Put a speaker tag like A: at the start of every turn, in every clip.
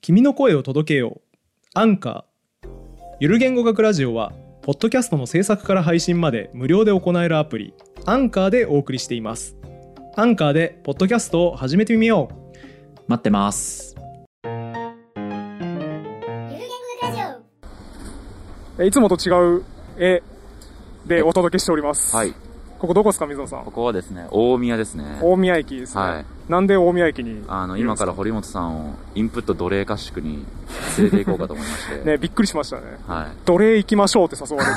A: 君の声を届けようアンカーゆる言語学ラジオはポッドキャストの制作から配信まで無料で行えるアプリアンカーでお送りしていますアンカーでポッドキャストを始めてみよう
B: 待ってます。
C: ゆるゲングラジオ
D: えいつもと違う絵でお届けしております。
B: はい。
D: ここどこですか、水野さ
B: こ
D: ん。
B: こはですね、大宮ですね。
D: 大宮駅ですね。
B: はい
D: なんで大宮駅に
B: あの、今から堀本さんをインプット奴隷合宿に連れて行こうかと思いま して。
D: ね、びっくりしましたね。
B: はい。
D: 奴隷行きましょうって誘われ て、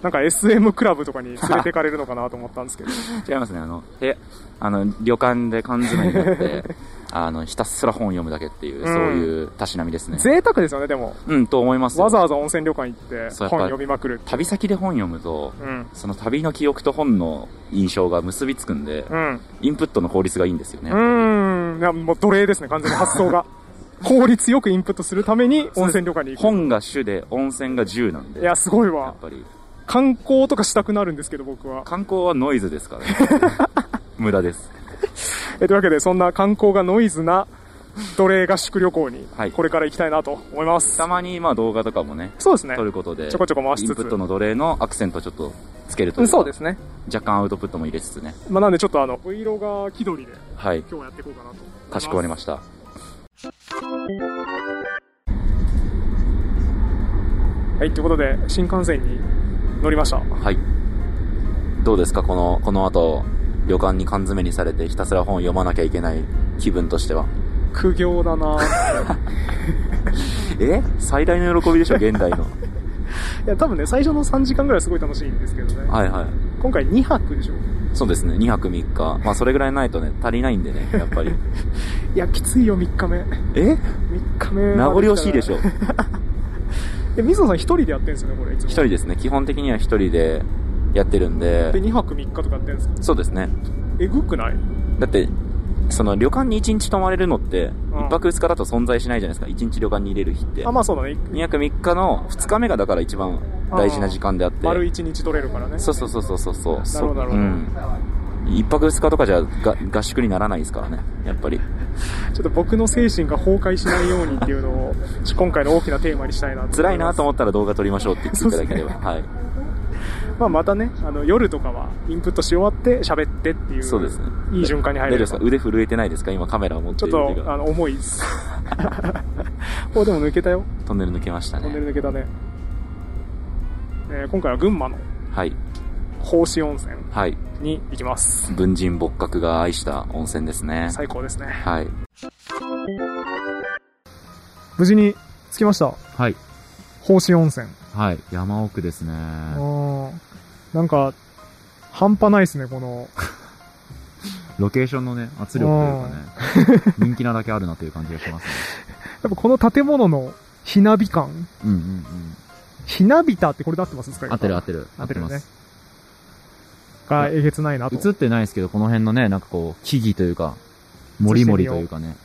D: なんか SM クラブとかに連れてかれるのかなと思ったんです けど。
B: 違いますね、あの、部屋、あの、旅館で缶詰になって、 あの、ひたすら本を読むだけっていう、
D: ん
B: そういうたしなみですね。
D: 贅沢ですよね、でも。
B: うん、と思いますよ
D: わざわざ温泉旅館行って
B: そうやっぱ
D: 本読みまくるって。
B: 旅先で本読むと、
D: うん。
B: その旅の記憶と本の印象が結びつくんで、
D: うん。
B: インプットの効率がいいんですよね。
D: うーん。いや、もう奴隷ですね、完全に発想 が。効率よくインプットするために温泉旅館に行く。
B: 本が主で、温泉が10なんで。
D: いや、すごい
B: や
D: わ
B: っ。ぱり。
D: 観光とかしたくなるんですけど、僕は。
B: 観光はノイズですからね。 無駄です。
D: えというわけで、そんな観光がノイズな奴隷合宿旅行に
B: はい、
D: これから行きたいなと思います。
B: たまに、まあ動画とかもね、
D: そうですね
B: 撮。ることで、
D: ちょこちょこ回しつつ
B: インプットの奴隷のアクセントをちょっとつけると
D: う
B: い
D: ん
B: うか
D: そうですね。
B: 若干アウトプットも入れつつね。
D: まあ、なんでちょっとあの、Vlog 気取りで
B: はい。
D: 今日はやっていこうかなと思います。
B: かしこまりました。
D: はい、ということで、新幹線に乗りました。
B: はい。どうですかこの、この後、旅館に缶詰にされてひたすら本を読まなきゃいけない気分としては。
D: 苦行だな
B: え最大の喜びでしょ現代の。
D: いや、多分ね、最初の3時間ぐらいすごい楽しいんですけどね。
B: はいはい。
D: 今回2泊でしょ。
B: そうですね。2泊3日。まあそれぐらいないとね、足りないんでね、やっ ぱり。
D: いや、きついよ、3日目。3
B: え
D: 日目。。
B: 名残惜しいでしょ。
D: え、水野さん1人でやってるんですよね、これ、いつも。
B: 一人ですね。基本的には一人でやってるんで
D: で、。2泊3日とかやってるんですか
B: そうですね。
D: えぐくない
B: だって、その旅館に1日泊まれるのって、
D: ん
B: 1泊2日だと存在しないじゃないですか。1日旅館に入れる日って。
D: あ、まあそうだね。
B: 2泊3日の2日目がだから一番大事な時間であって。
D: 丸1日取れるからね。
B: そうそうそうそうそうそう。
D: なるほどなるほど
B: うん。一泊二日とかじゃが合宿にならないですからね。やっぱり。
D: ちょっと僕の精神が崩壊しないようにっていうのを、ちょ今回の大きなテーマにしたいなと思ます
B: 辛いなと思ったら動画撮りましょうって言っていただければ。
D: そう
B: はい。
D: まあまたね、あの、夜とかはインプットし終わって喋ってっていう。
B: そうですね。
D: いい循環に入れ
B: 大丈夫で
D: る。
B: す
D: ち
B: か
D: ょ
B: 腕震えてないですか今カメラを持って
D: っ
B: いる腕
D: と、あ
B: が。
D: の、重いっす。 お、でも抜けたよ。
B: トンネル抜けました
D: トンネ
B: ね。
D: ル抜けたね。えー今回は群馬の
B: はい。
D: 奉仕温泉
B: はい。
D: に行きます。
B: 文人仏閣が愛した温泉ですね。
D: 最高ですね。
B: はい。
D: 無事に着きました。
B: はい。
D: 奉仕温泉。
B: はい。山奥ですね。
D: うん。なんか、半端ないっすね、この。
B: ロケーションのね、圧
D: 力と
B: いうかね、人気なだけあるなという感じがしますね。
D: やっぱこの建物のひなび感
B: うんうんうん。
D: ひなびたってこれで合ってますですか今
B: 合ってる。
D: 合ってるよね。がえげつないなと。
B: 映ってないですけど、この辺のね、なんかこう、木々というか、もりもりというかね。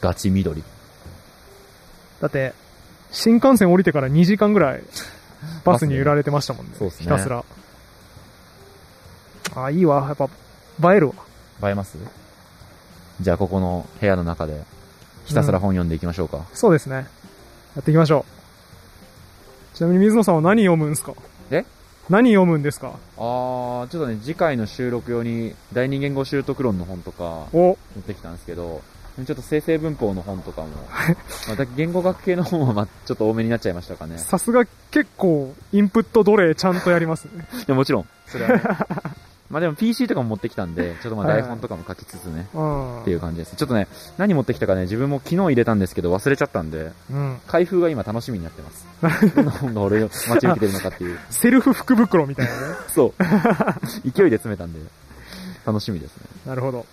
B: ガチ緑。
D: だって、新幹線降りてから2時間ぐらい、バスに揺られてましたもんね。
B: そうっすね
D: ひたすら。あ、いいわ。やっぱ、映えるわ。
B: 映えますじゃあ、ここの部屋の中で、ひたすら本読んでいきましょうか。
D: そうですね。やっていきましょう。ちなみに水野さんは何読むんですか
B: え
D: 何読むんですか
B: あー、ちょっとね、次回の収録用に、第二言語習得論の本とか、
D: お、
B: 持ってきたんですけど、ちょっと生成文法の本と かも、また言語学系の本は、まあ、ちょっと多めになっちゃいましたかね。
D: さすが結構、インプット奴隷ちゃんとやりますね。
B: いや、もちろん。それは、ね、 まあでも PC とかも持ってきたんで、ちょっとまあ
D: はい
B: 台
D: はい
B: 本とかも書きつつね。
D: うん。
B: っていう感じです。ちょっとね、何持ってきたかね、自分も昨日入れたんですけど忘れちゃったんで、
D: うん。
B: 開封が今楽しみになってます。どんな本が俺を待ち受けてるのかっていう。
D: セルフ福袋みたいなね。
B: そう。勢いで詰めたんで、楽しみですね。
D: なるほど。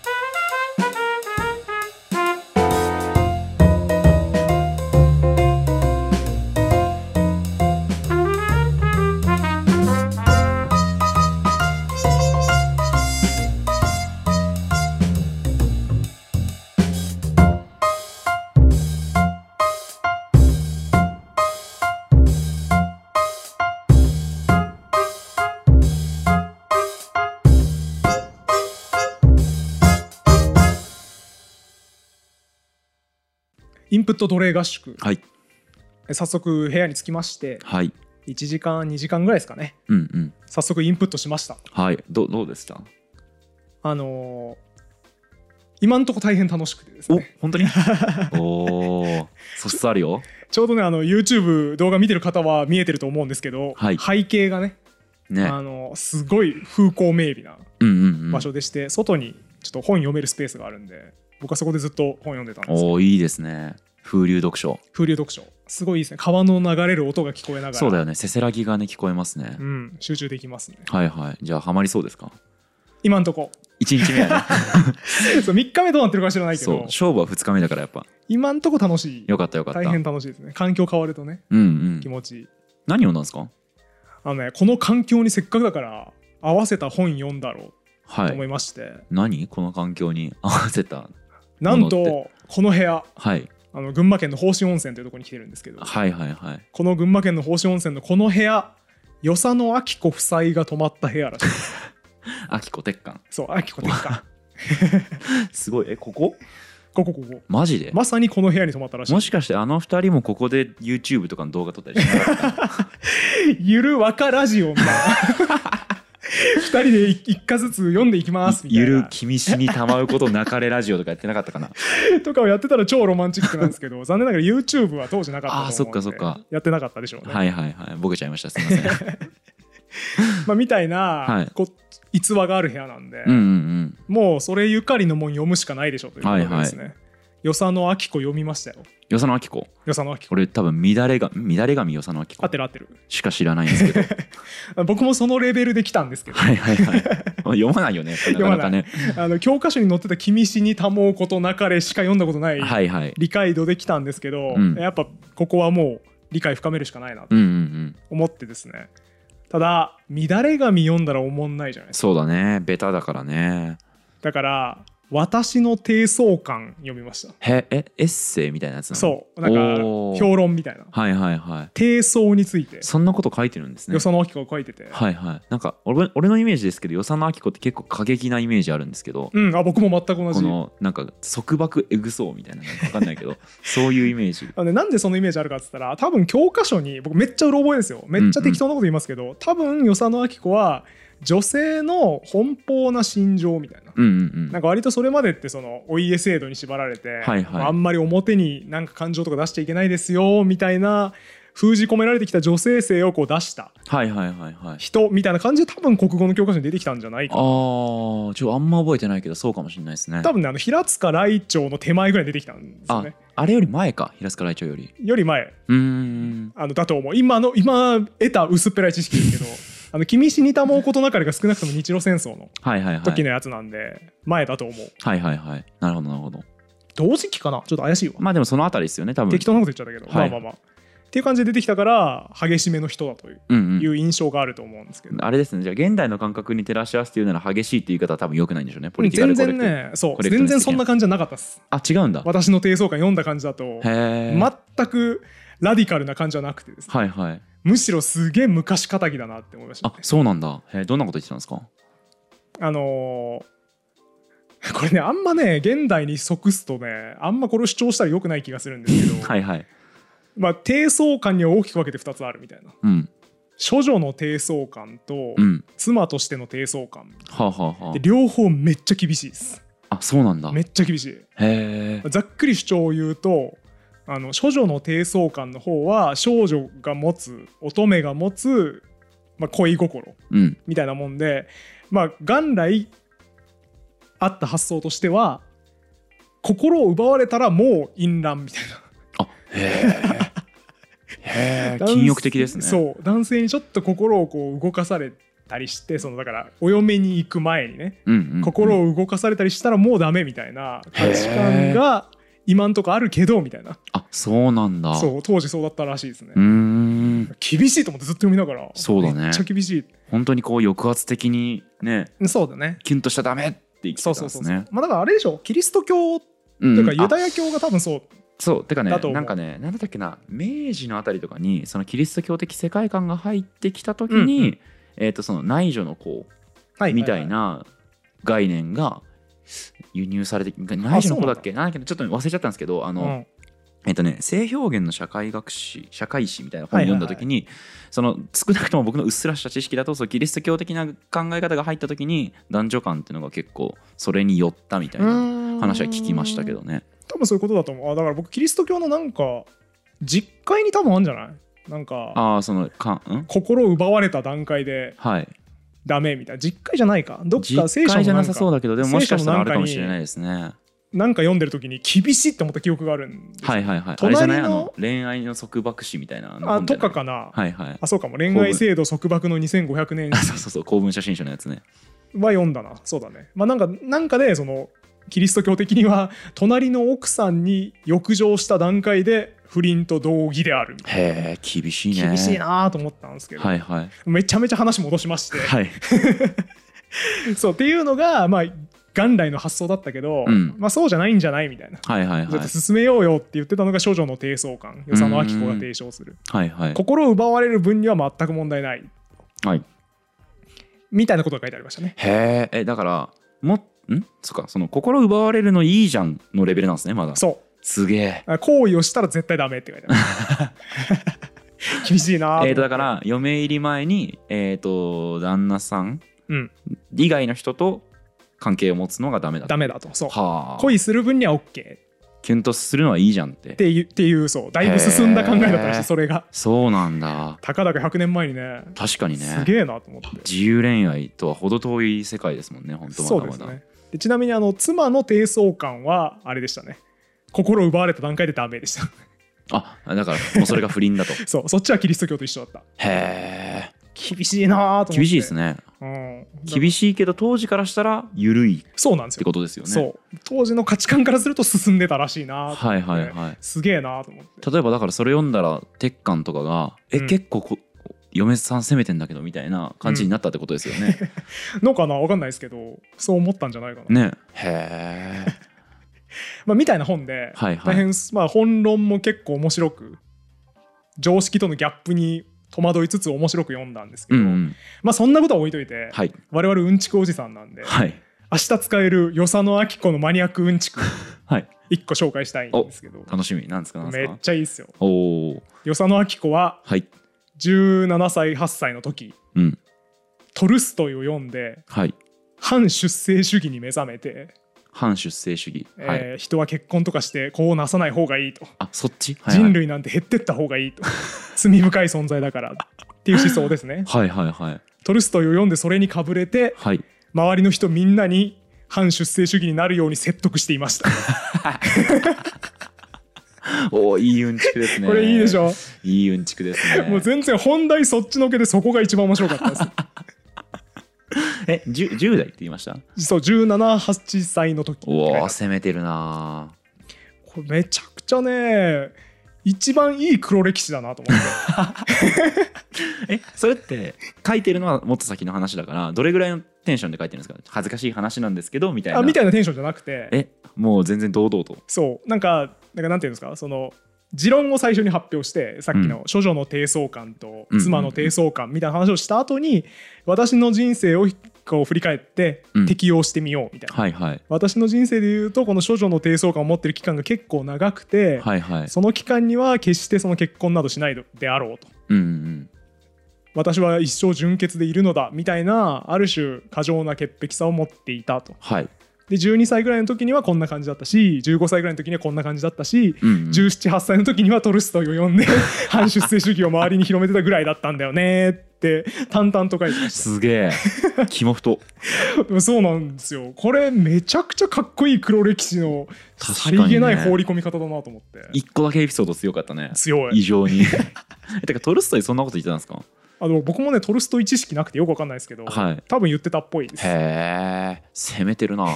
C: ゆる
A: インプット奴隷合宿
E: はい。
A: え早速部屋に着きまして
E: はい。
A: 1時間2時間ぐらいですかね
E: うんうん。
A: 早速インプットしました
E: はい。どどうでした
A: あのー今んとこ大変楽しくてです
E: お
A: ね
E: 本当におー素質あるよ。
A: ちょうどねあの YouTube 動画見てる方は見えてると思うんですけど、
E: はい
A: 背景がね
E: ね。
A: あのすごい風光明媚な
E: うんうんうん。
A: 場所でして、外にちょっと本読めるスペースがあるんで僕はそこでずっと本読んでたんですよ
E: おーいいですね。風流読書。
A: 風流読書すごいいいですね川の流れる音が聞こえながら
E: そうだよね。せせらぎがね、聞こえますね
A: う。ん、集中できますね
E: はいはい。じゃあ、ハマりそうですか
A: 今んとこ
E: 一日目は
A: そう3日目どうなってるか知らな
E: ね。
A: いけ
E: そう。
A: ど
E: 勝負は二日目だから、やっぱ。
A: 今んとこ楽しい
E: よかったよかった。
A: 大変楽しいですね環境変わるとね
E: うんうん
A: 気。持ちいい
E: 何をなんですか
A: あのねこの環境にせっかくだから合わせた本読んだろう
E: は
A: と思い
E: い。
A: まして、
E: 何この環境に合わせた。
A: なん
E: 物っ
A: とこの部屋
E: はい。
A: あの群馬県の宝信温泉というところに来てるんですけど
E: はいはいはい。
A: この群馬県の宝信温泉のこの部屋与謝野明子夫妻が泊まった部屋らしい
E: あきこ鉄管。
A: そう明子ですか
E: すごい。え、ここ
A: ここここ
E: マジで
A: まさにこの部屋に泊まったらしい
E: もしかしてあの二人もここで YouTube とかの動画撮ったりしなかった
A: ゆるわかラジ オな二人で一一家ずつ読んでいきますみたい
E: ゆ
A: な
E: る君死にたまうことなかれラジオとかやってなかったかな
A: とかをやってたら超ロマンチックなんですけど 残念ながら YouTube は当時なかったと思うんで
E: あーそっかそっか
A: やってなかったでしょうね、
E: はいはいはいボケちゃいましたすいません
A: まあ、みたいな、
E: はい
A: こ逸話がある部屋なんで、
E: うんうん
A: もうそれゆかりのもん読むしかないでしょうということでですね、与謝野明子読みましたよ
E: うん与謝野明子
A: 与謝野明子
E: 俺多分乱れが乱れ髪与謝野明
A: 合
E: 子
A: ってる合ってる
E: しか知らないんですけど
A: 僕もそのレベルで来たんですけど
E: はいはいはい読まないよねやっぱなかなかね
A: あの教科書に載ってた「君死にたもうことなかれ」しか読んだことない
E: はいはい
A: 理解度で来たんですけど、
E: うん
A: やっぱここはもう理解深めるしかないなと
E: うんうんうん
A: 思ってですね、ただ乱れ髪読んだらおもんないじゃないですか
E: そうだねベタだからね
A: だから私の低層感読みました、
E: へえエッセイみたいなやつなの
A: そうなんか
E: おー
A: 評論みたいな
E: はいはいはい
A: 低層について
E: そんなこと書いてるんですね
A: よその大きく書いてて、
E: はいはいなんか俺俺のイメージですけど与謝野明子って結構過激なイメージあるんですけど、
A: うんあ僕も全く同
E: こ
A: じ
E: のなんか束縛エグそうみたいななんか分かんないけどそういうイメージ
A: あのねなんでそのイメージあるかっつったら多分教科書に僕めっちゃうろ覚えですよめっちゃ適当なこと言いますけど、多分与謝野明子は女性の奔放な心情みたいな。
E: うんうんう
A: なんんか割とそれまでってそのお家制度に縛られて、
E: はいはい
A: あんまり表になんか感情とか出しちゃいけないですよみたいな封じ込められてきた女性性をこう出した
E: はいはいはいはい
A: 人みたいな感じで多分国語の教科書に出てきたんじゃない
E: あ
A: か
E: ーちょあんま覚えてないけどそうかもしれないですね
A: 多分ねあの平塚来長の手前ぐらいに出てきたんですよ
E: あ
A: ね
E: あれより前か平塚来長より
A: より前
E: うーん
A: あのだと思う今の今得た薄っぺらい知識ですけど あの君死にたもうことなかれが少なくとも日露戦争の
E: はいはいは
A: 時
E: い
A: のやつなんで前だと思う
E: はいはいはいなるほどなるほど
A: 同時期かなちょっと怪しいわ、
E: まあでもそのあたりですよね多分
A: 適当なこと言っちゃったけど、
E: はい
A: まあまあまあっていう感じで出てきたから激しめの人だという,、
E: うんう
A: い
E: ん
A: う印象があると思うんですけど、
E: あれですねじゃあ現代の感覚に照らし合わせて言うなら激しいっていう言い方は多分良くないんでしょうねポリティカ
A: 全
E: ルコレ
A: 然
E: クト、
A: ねそう
E: コレクト
A: 全
E: に
A: 然そんな感じじゃなかったです
E: あ違うんだ
A: 私の低層感読んだ感じだと
E: へえ、
A: 全くラディカルな感じはなくてですね
E: はいはい
A: むしろすげえ昔かたぎだなって思いました
E: あ
A: ね、
E: そうなんだへーどんなこと言ってたんですか
A: あのーこれねあんまね現代に即すとねあんまこれを主張したらよくない気がするんですけど、
E: はいはい
A: まあ低層感には大きく分けて2つあるみたいな
E: うん
A: 処女の低層感と
E: うん
A: 妻としての低層感
E: はあ、はあは
A: で両方めっちゃ厳しいです
E: あ、あそうなんだ
A: め
E: へ
A: っちゃ厳しい
E: え
A: ざっくり主張を言うとあの処女の低層感の方は少女が持つ乙女が持つ、まあ、恋心
E: うん
A: みたいなもんで、まあ、元来あった発想としては心を奪われたらもう淫乱みたい
E: あへえへえ
A: な
E: 禁欲的ですね
A: そう男性にちょっと心をこう動かされたりしてそのだからお嫁に行く前にね
E: うんうんうん、
A: 心を動かされたりしたらもうダメみたいな価値観が今んとこあるけどみたいな
E: あそうなんだ
A: そう当時そうだったらしいですね
E: うーん
A: 厳しいと思ってずっと読みながら
E: そうだね
A: めっちゃ厳し
E: 本当にこう抑圧的にね
A: いそうだね
E: キュンとしちゃダメって言ってた
A: そう
E: んですね
A: そうそうそうまあだからあれでしょキリスト教
E: うん
A: というか
E: あ
A: ユダヤ教が多分そう
E: そうてかね
A: だと思う
E: なんかねなんだったっけな明治のあたりとかにそのキリスト教的世界観が入ってきた時に、
A: うんう
E: えー、とその内助の子
A: は
E: みたい
A: な
E: な概念が輸入されて内助の子だっけなんだっけちょっと忘れちゃったんですけどあの、
A: うん
E: えっとね、性表現の社会学史社会史みたいな本を読んだ時に、その少なくとも僕のうっすらした知識だとそのキリスト教的な考え方が入った時に男女間っていうのが結構それに寄ったみたいな話は聞きましたけどね。
A: 多分そういうことだと思うあだから僕キリスト教のなんか実会に多分あるんじゃないなんか
E: ああそのかん
A: 心奪われた段階で
E: はい
A: ダメみたいな実会じゃないかどっか聖
E: 実
A: 書
E: 会
A: の
E: じゃ
A: な
E: なん
A: か
E: さそうだけどでももしかしたらあるかもしれないですね。
A: なんか読んでる時に厳しいって思った記憶があるんですよ
E: はいはいはい。あれ
A: 隣の
E: じゃないあの恋愛の束縛史みたいなあの
A: あ
E: 本じ
A: と
E: ゃない
A: かかな、
E: はいはい。
A: あそうかも恋愛制度束縛の2500年
E: あそうそうそう公文写真書のやつね。
A: は読んだなそうだねまあなんかなんかでそのキリスト教的には隣の奥さんに浴場した段階で不倫と同義であるみたい
E: へえ厳しいね。
A: な厳しい。なと思ったんですけど、
E: はいはい
A: めちゃめちゃ話戻しま して、
E: はい
A: そうっていうのがまあ元来の発想だったけど、
E: うん
A: まあそうじゃないんじゃないみたいな、
E: はいはい
A: ちょ
E: は
A: っ
E: い
A: と進めようよって言ってたのが少女の低層感与謝野明子が提唱する
E: はいはい
A: 心を奪われる分には全く問題ない
E: はい。
A: みたいなことが書いてありましたね
E: へええだからもんそっかその心奪われるのいいじゃんのレベルなんですねまだ
A: そう
E: すげえ
A: あ行為をしたら絶対ダメって書いてある 厳しいな
E: えー、
A: と思
E: とだ
A: って
E: から嫁入り前にえっ、と旦那さん
A: うん
E: 以外の人と関係を持つのがダメだ
A: ダメだとそう
E: はあ
A: 恋する分には OK って
E: キュンとするのはいいじゃんって
A: いうっていうそうだいぶ進んだ考えだったらし
E: へー
A: いそれが
E: そうなんだ
A: たかだか100年前にね
E: 確かに
A: す
E: ね
A: げえなと思って
E: 自由恋愛とは程遠い世界ですもんね本当
A: そう
E: ま
A: で
E: だますだ、
A: ねでちなみにあの妻の低層感はあれでしたね心を奪われた段階でダメでした
E: あだからもうそれが不倫だと
A: そうそっちはキリスト教と一緒だった
E: へえ
A: 厳しいなと思って
E: 厳しいですね
A: うん、
E: 厳しいけど当時からしたら緩いっ
A: そうなんです
E: て
A: よ
E: ことですよね
A: そう当時の価値観からすると進んでたらしいなと思
E: は
A: って
E: いはいはい
A: すげえなと思って
E: 例えばだからそれ読んだら鉄管とかが「え、
A: うん
E: 結構こ嫁さん攻めてんだけど」みたいな感じになったってことですよね。
A: のかなわかんないですけどそう思ったんじゃないかな、
E: ねへえ
A: まあ、みたいな本で、
E: はいはい
A: 大変、まあ、本論も結構面白く常識とのギャップに戸惑いつつ面白く読んだんですけ
E: う
A: ど、
E: ん、うん、
A: まあそんなことは置いといて、
E: はい
A: 我々うんちくおじさんなんで、
E: はい
A: 明日使える与謝野明子のマニアックうんちく
E: はい
A: 一個紹介したいんですけど
E: 楽しみなんですかなんで
A: め
E: す
A: っ
E: か
A: ちゃいいっすよ
E: おお
A: 与謝野明子は
E: はい
A: 17歳8歳の時
E: うん
A: トルストイを読んで
E: はい
A: 反出生主義に目覚めて、
E: 反出生主義、はい、
A: えー人は結婚とかしてこうなさない方がいいと
E: あそっち、はいはい、
A: 人類なんて減ってった方がいいと罪深い存在だからっていう思想です ね
E: はいはいはい
A: トルストイを読んでそれにかぶれて
E: はい
A: 周りの人みんなに反出生主義になるように説得していました、
E: おおいいうんちくですね
A: これいいでしょ
E: いいうんちくですね
A: もう全然本題そっちのけでそこが一番面白かったで
E: え十 10, 10代って言いました
A: すそう178歳の時
E: おお攻めてるな
A: これめちゃくちゃね一番いい黒歴史だなと思って
E: ーえそれって書いてるのはもっと先の話だからどれぐらいのテンションで書いてるんですか恥ずかしい話なんですけどみたいな
A: あみたいなテンションじゃなくて
E: えもう全然堂々と
A: そうなんかなんかなんていうんですかその持論を最初に発表してさっきの処女の低層感と
E: うん
A: 妻の低層感みたいな話をした後に私の人生をこう振り返って
E: うん
A: 適用してみようみたいな、
E: はいはい
A: 私の人生でいうとこの処女の低層感を持ってる期間が結構長くて、
E: はいはい
A: その期間には決してその結婚などしないであろうと
E: うんうん
A: 私は一生純潔でいるのだみたいなある種過剰な潔癖さを持っていたと
E: はい
A: で12歳ぐらいの時にはこんな感じだったし15歳ぐらいの時にはこんな感じだったし、
E: うんうん
A: 1718歳の時にはトルストイを読ん で反出世主義を周りに広めてたぐらいだったんだよねって淡々と書いてまし
E: す げえ肝太
A: たそうなんですよこれめちゃくちゃかっこいい黒歴史の
E: 確
A: さ
E: かにね
A: りげない放り込み方だなと思って、
E: 一個だけエピソード強かったね
A: 強
E: 異
A: い
E: 常にえてかトルストイそんなこと言ってたんですか
A: あの僕もねトルストイ知識なくてよくわかんないですけど、
E: はい
A: 多分言ってたっぽいです
E: へえ攻め てるな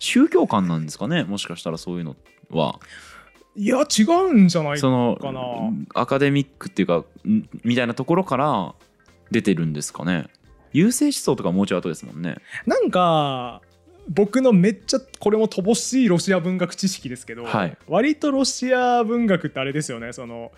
E: 宗教観なんですかねもしかしたらそういうのはい
A: や違うんじゃない
E: そ
A: かな
E: のアカデミックっていうかんみたいなところから出てるんですかね優勢思想とかもうちょい後ですもんね
A: なんか僕のめっちゃこれも乏しいロシア文学知識ですけど、
E: はい
A: 割とロシア文学ってあれですよねその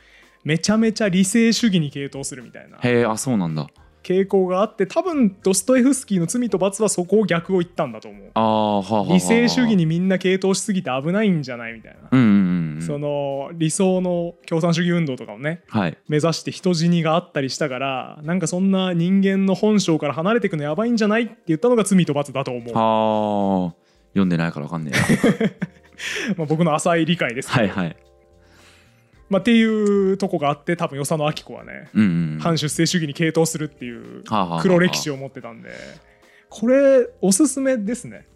A: めちゃめちゃ理性主義に傾倒するみたいな
E: へえあそうなんだ
A: 傾向があって多分ドストエフスキーの「罪と罰」はそこを逆を言ったんだと思う
E: ああはあはあはあ
A: 理性主義にみんな傾倒しすぎて危ないんじゃないみたいな、
E: うんうんうん
A: その理想の共産主義運動とかをね
E: はい
A: 目指して人死にがあったりしたからなんかそんな人間の本性から離れていくのやばいんじゃないって言ったのが罪と罰だと思う、
E: はあ読んでないからわかんねえ な
A: まあ、僕の浅い理解ですけど、
E: はいはい
A: まあ、っていうとこがあって多分与謝野明子はね、
E: うんうん
A: 反出生主義に傾倒するっていう
E: はあはあはあ
A: 黒歴史を持ってたんでこれおすすめですね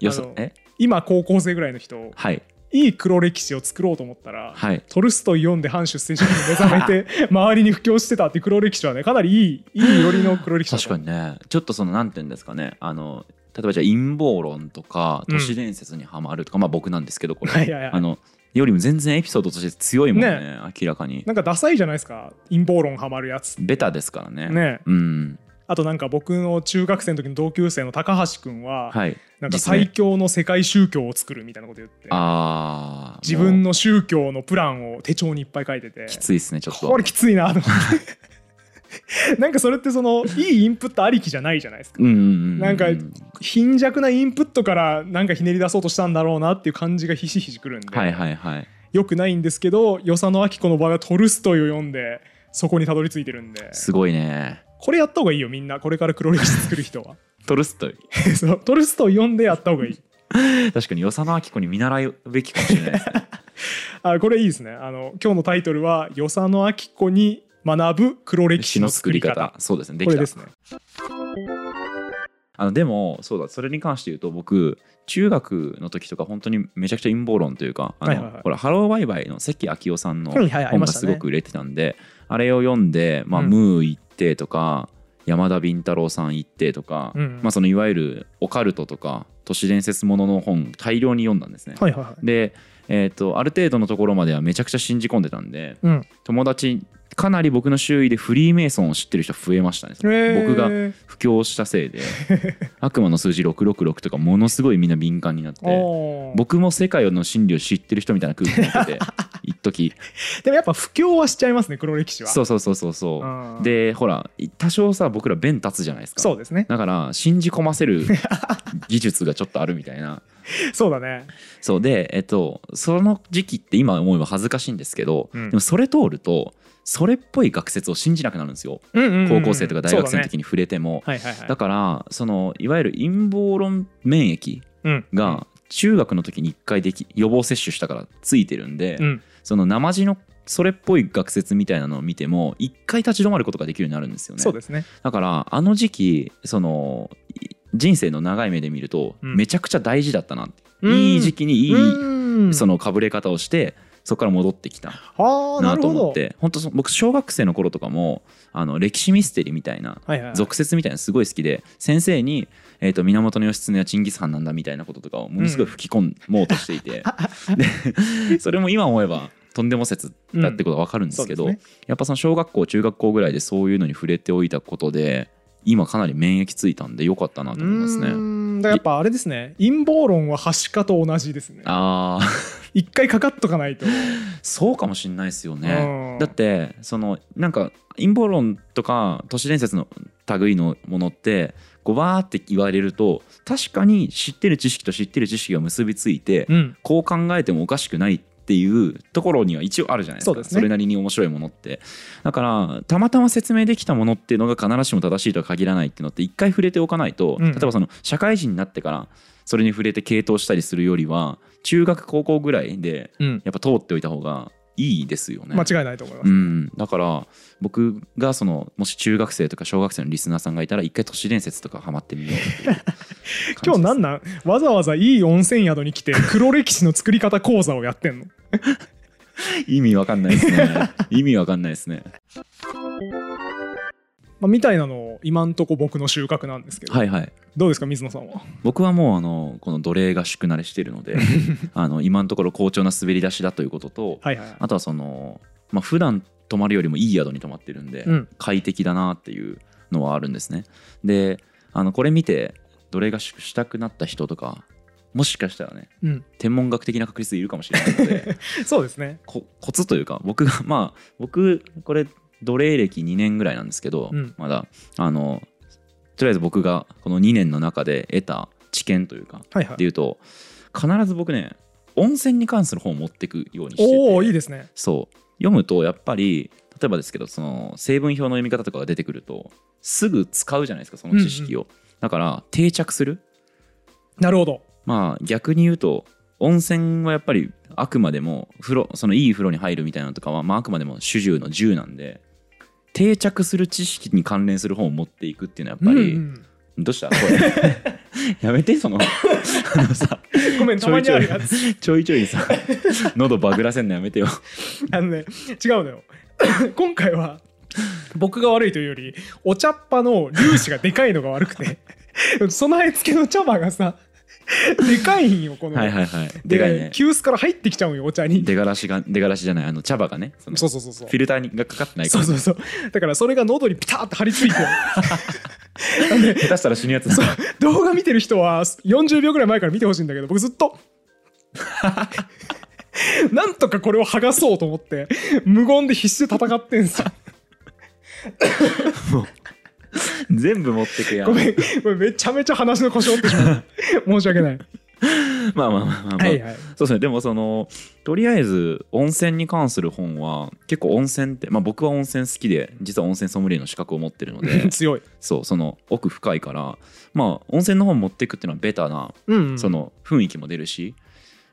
E: よ
A: あ
E: そ
A: の
E: え
A: 今高校生ぐらいの人
E: はい
A: いい黒歴史を作ろうと思ったら、
E: はい
A: トルストイ読んで反出世主義に目覚めて周りに布教してたっていう黒歴史はねかなりいいいいよりの黒歴史だと
E: 確かにねちょっとそのなんて言うんですかねあの例えばじゃあ陰謀論とか
A: うん
E: 都市伝説にはまるとか、まあ僕なんですけどこれ、
A: はいはいはい
E: あのよりも全然エピソードとして強いもんね
A: ね
E: 明らかに
A: なんかダサいじゃないですか陰謀論ハマるやつ
E: ベタですからね
A: ね
E: うん
A: あとなんか僕の中学生の時の同級生の高橋君は、
E: はい
A: なんか最強の世界宗教を作るみたいなこと言って
E: ああ
A: 自分の宗教のプランを手帳にいっぱい書いてて
E: きついですねちょっと
A: これきついなと思って なんかそれってそのいいインプットありきじゃないじゃないですか
E: うんうんうんう
A: なんか貧弱なインプットからなんかひねり出そうとしたんだろうなっていう感じがひしひしくるんで、
E: はいはいはい
A: よくないんですけど与謝野明子の場合はトルストイを読んでそこにたどり着いてるんです
E: ごいね
A: これやった方がいいよみんなこれから黒歴史作る人は
E: トルストイ
A: そうトルストイ読んでやった方がいい
E: 確かに与謝野明子に見習うべきかもしれないですね
A: あこれいいですねあの今日のタイトルは与謝野明子に学ぶ黒 歴史
E: 詩
A: の
E: の
A: 作
E: 作
A: り
E: り
A: 方
E: 方そうですねで
A: こ
E: き
A: れ
E: た
A: ですね
E: あのでもそうだそれに関して言うと僕中学の時とか本当にめちゃくちゃ陰謀論というかあの、
A: はいはいはい
E: ほらハローバイバイの関明夫さんの
A: はいはいあり
E: 本
A: ま
E: が
A: したね
E: すごく売れてたんで、あれを読んで、まあ
A: うん
E: ムー一定とか山田敏太郎さん一定とか、
A: うん
E: まあ、そのいわゆるオカルトとか都市伝説ものの本大量に読んだんですね。
A: はいはいはい
E: で、えー、とある程度のところまではめちゃくちゃ信じ込んでたんで、
A: うん
E: 友達かなり僕の周囲でフリーメイソンを知ってる人増えましたね、
A: えー
E: 僕が布教したせいで悪魔の数字666とかものすごいみんな敏感になって
A: おー
E: 僕も世界の真理を知ってる人みたいな空気 になってて一時
A: でもやっぱ布教はしちゃいますね黒歴史は
E: そうそうそうそうそううんでほら多少さ僕ら弁立つじゃないですか
A: そうですね
E: だから信じ込ま せる技術がちょっとあるみたいな
A: そうだね
E: そうでえっとその時期って今思えば恥ずかしいんですけど、
A: うん
E: でもそれ通るとそれっぽい学説を信じなくなるんですよ高校生とか大学生の時
A: に
E: に触れても、
A: はいはいはい
E: だからそのいわゆる陰謀論免疫
A: うん
E: が中学の時に一回でき予防接種したからついてるんで、
A: うん
E: その生地のそれっぽい学説みたいなのを見ても一回立ち止まることができるようになるんですよね。
A: そうですね
E: だからあの時期そのい人生の長い目で見ると、
A: うん
E: めちゃくちゃ大事だったなって、
A: うん
E: いい時期にいい、
A: い
E: そのかぶれ方をしてそこから戻ってきた
A: ああな
E: な
A: る
E: と
A: ほ
E: 思っ
A: ど
E: て本当そ僕小学生の頃とかもあの歴史ミステリーみたいな
A: はいはい
E: 俗説みたいなのすごい好きで先生に、えー、と源義経はチンギス・ハンなんだみたいなこととかをものすごい吹き込もうとしてい て、でそれも今思えばとんでも説だってことが分かるんですけど、
A: うんそうで
E: やっぱその小学校中学校ぐらいでそういうのに触れておいたことで今かなり免疫ついたんでよかったなと思います
A: う
E: ね。
A: ーんだからやっぱあれですね陰謀論ははしかと同じですね
E: あー
A: 一回かかっとかないと
E: そうかもしんないですよ
A: う
E: ね。
A: ん
E: だってそのなんか陰謀論とか都市伝説の類のものってこうバーって言われると確かに知ってる知識と知ってる知識が結びついて
A: うん
E: こう考えてもおかしくないっていうところには一応あるじゃないですか
A: そうですね
E: れなりに面白いものってだからたまたま説明できたものっていうのが必ずしも正しいとは限らないっていうのって一回触れておかないと、
A: うん
E: 例えばその社会人になってからそれに触れて傾倒したりするよりは中学高校ぐらいで
A: うん
E: やっぱ通っておいた方がいいですよね。
A: 間違いないと思いま
E: う
A: す
E: ん、だから僕がそのもし中学生とか小学生のリスナーさんがいたら一回都市伝説とかハマってみようっていう感じです
A: 今日なんなんわざわざいい温泉宿に来 て黒歴史の作り方講座をやってんの
E: 意味わかんないです ね意味わかんないですね
A: まあみたいなのを今んとこ僕の収穫なんですけど
E: はいはい
A: どうですか水野さんは
E: 僕はもうあのこの奴隷が宿慣れして るのであの今のところ好調な滑り出しだということと、
A: はいはいはい
E: あとはその、まあ、普段泊まるよりもいい宿に泊まってるんで、
A: うん
E: 快適だなっていうのはあるんですねであのこれ見て奴隷合宿したくなった人とかもしかしたらね
A: うん
E: 天文学的な確 率でいるかもしれないので
A: そうですね
E: こコツというか僕がまあ僕これ奴隷歴2年ぐらいなんですけど、
A: うん
E: まだあのとりあえず僕がこの2年の中で得た知見というか
A: はいは
E: って
A: い。
E: いうと必ず僕ね温泉に関する本を持ってくようにしてて
A: おおいいですね。
E: そう読むとやっぱり例えばですけどその成分表の読み方とかが出てくるとすぐ使うじゃないですかその知識を、だから定着する
A: なるほど。
E: まあ逆に言うと温泉はやっぱりあくまでも風呂そのいい風呂に入るみたいなのとかは、まあ、あくまでも主従の10なんで定着する知識に関連する本を持っていくっていうのはやっぱり、
A: うん
E: どうしたこれ やめてそのあのさ
A: うんごめん たまにあるやつ。
E: ちょいちょいさ 喉バグらせんのやめてよ
A: あのね違うのよ 今回は僕が悪いというよりお茶っ葉の粒子がでかいのが悪く て備え付けの茶葉がさでかいんよこの、
E: はいはいはいでかいね
A: 急須から入ってきちゃうんよお茶に
E: 出がらしが出がらしじゃないあの茶葉がねその
A: そうそうそうそう
E: フィルターにがかかってないか
A: そう
E: ら
A: そうそうだからそれが喉にピタッと張り 付いてなんで
E: 下手したら死ぬやつだ
A: 動画見てる人は40秒ぐらい前から見てほしいんだけど僕ずっ となんとかこれを剥がそうと思って無言で必死で戦ってんさ
E: 全部持ってくやん
A: ごめん、ごめんめちゃめちゃ話の腰折ってしまう。 申し訳ない。
E: まあまあまあまあ、まあ
A: はいはい。
E: そうですねでもそのとりあえず温泉に関する本は結構温泉ってまあ僕は温泉好きで実は温泉ソムリエの資格を持ってる ので
A: 強い。
E: そうその奥深いからまあ温泉の本持っていくっていうのはベタな、
A: うん、うん。
E: その雰囲気も出るし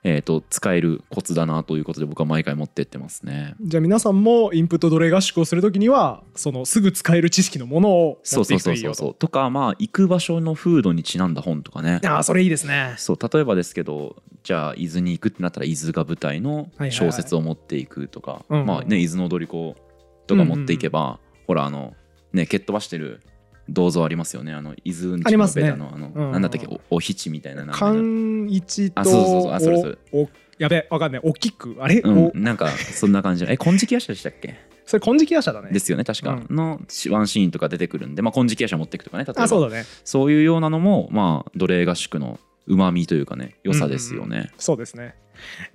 E: えっ、と使えるコツだなということで僕は毎回持ってってますね
A: じゃあ皆さんもインプット奴隷合宿をするときには、そのすぐ使える知識のものを
E: そ
A: 持
E: う
A: って
E: そ
A: いうくとい
E: そう
A: い
E: そ
A: よ
E: う
A: と。
E: そうとかまあ行く場所の風土にちなんだ本とかね
A: ああ、それいいですね。
E: そう例えばですけどじゃあ伊豆に行くってなったら伊豆が舞台の
A: はいはい
E: 小説を持っていくとか、
A: うんうん
E: まあね伊豆の踊り子とか持っていけば、ほらあのね蹴っ飛ばしてる銅像ありますよねあの伊豆んちの
A: ありますね
E: ベタのあの、
A: うんうん
E: なんだったっけおおひちみたいな名前の
A: 勘一と
E: あそうそうそうあそれそれ
A: おおやべ、わかんない。おきく。あれ、
E: うん
A: お、
E: なんかそんな感じのえ金色夜叉でしたっけ
A: それ金色夜叉だね。
E: ですよね確か、
A: う
E: のしワンシーンとか出てくるんで、まあ、金色夜叉持っていくとかね例えば
A: あ、そうだね。
E: そういうようなのもまあ奴隷合宿のうまみというかね良さですよね、
A: そうですね。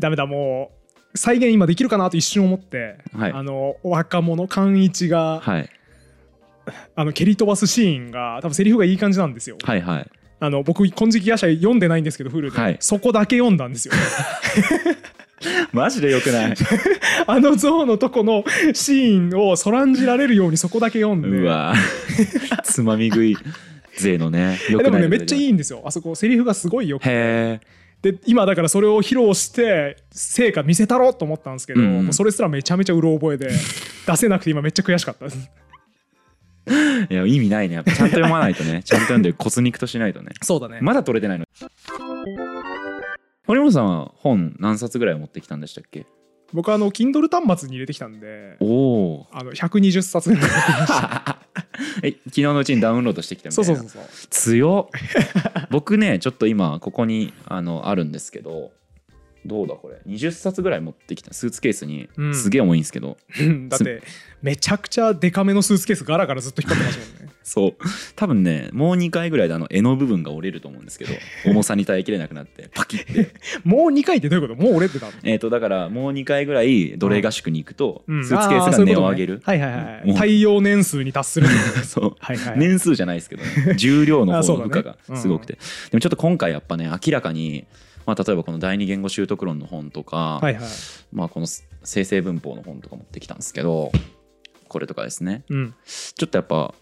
A: ダメだ、もう、再現今できるかなと一瞬思って、
E: はい
A: あの、若者、勘一が、
E: はい
A: あの蹴り飛ばすシーンが多分セリフがいい感じなんですよ。
E: はいはい
A: あの僕「金色夜叉」読んでないんですけどフルで、
E: はい
A: そこだけ読んだんですよ。
E: マジでよくない
A: あの像のとこのシーンをそらんじられるようにそこだけ読んで。
E: うわーつまみ食い勢の ねよ
A: で
E: く
A: も
E: ない
A: ねめっちゃい
E: い
A: いんですよあそこセリフがすごいよく
E: へえ
A: で今だからそれを披露して成果見せたろうと思ったんですけど、
E: うんうん
A: もうそれすらめちゃめちゃうろ 覚えで出せなくて今めっちゃ悔しかったです
E: いや意味ないねやっぱちゃんと読まないとね ちゃんと読んで骨肉としないとね
A: そうだね
E: まだ取れてないの堀本さんは本何冊ぐらい持ってきたんでしたっけ
A: 僕あの Kindle 端末に入れてきたんで
E: おお
A: あの120冊ぐらい
E: え昨日のうちにダウンロードしてきたみ た
A: そ
E: いうな
A: そうそうそう
E: 強っ僕ねちょっと今ここにあのあるんですけどどうだこれ20冊ぐらい持ってきたスーツケースに、
A: うん
E: すげえ重いんですけど
A: うんだってめちゃくちゃデカめのスーツケースガラガラずっと引っ張ってますもんね
E: そう多分ねもう2回ぐらいであの柄の部分が折れると思う んですけど重さに耐えきれなくなってパキッて
A: もう2回ってどういうこともう折れてたの
E: えっとだからもう2回ぐらい奴隷合宿に行くと、
A: うん
E: スーツケースが値を上げる
A: あーそういうことねはいはいはい。
E: もう
A: 対応年数に達する。
E: そ う
A: はいはい。
E: 年数じゃないですけど ね重量の
A: あそ
E: 方
A: う
E: の
A: だね
E: 負荷がすごくて、でもちょっと今回やっぱね明らかに、まあ、例えばこの第二言語習得論の本とか、
A: はいはい。
E: まあ、この生成文法の本とか持ってきたんですけどこれとかですね
A: うん。
E: ちょっとやっぱ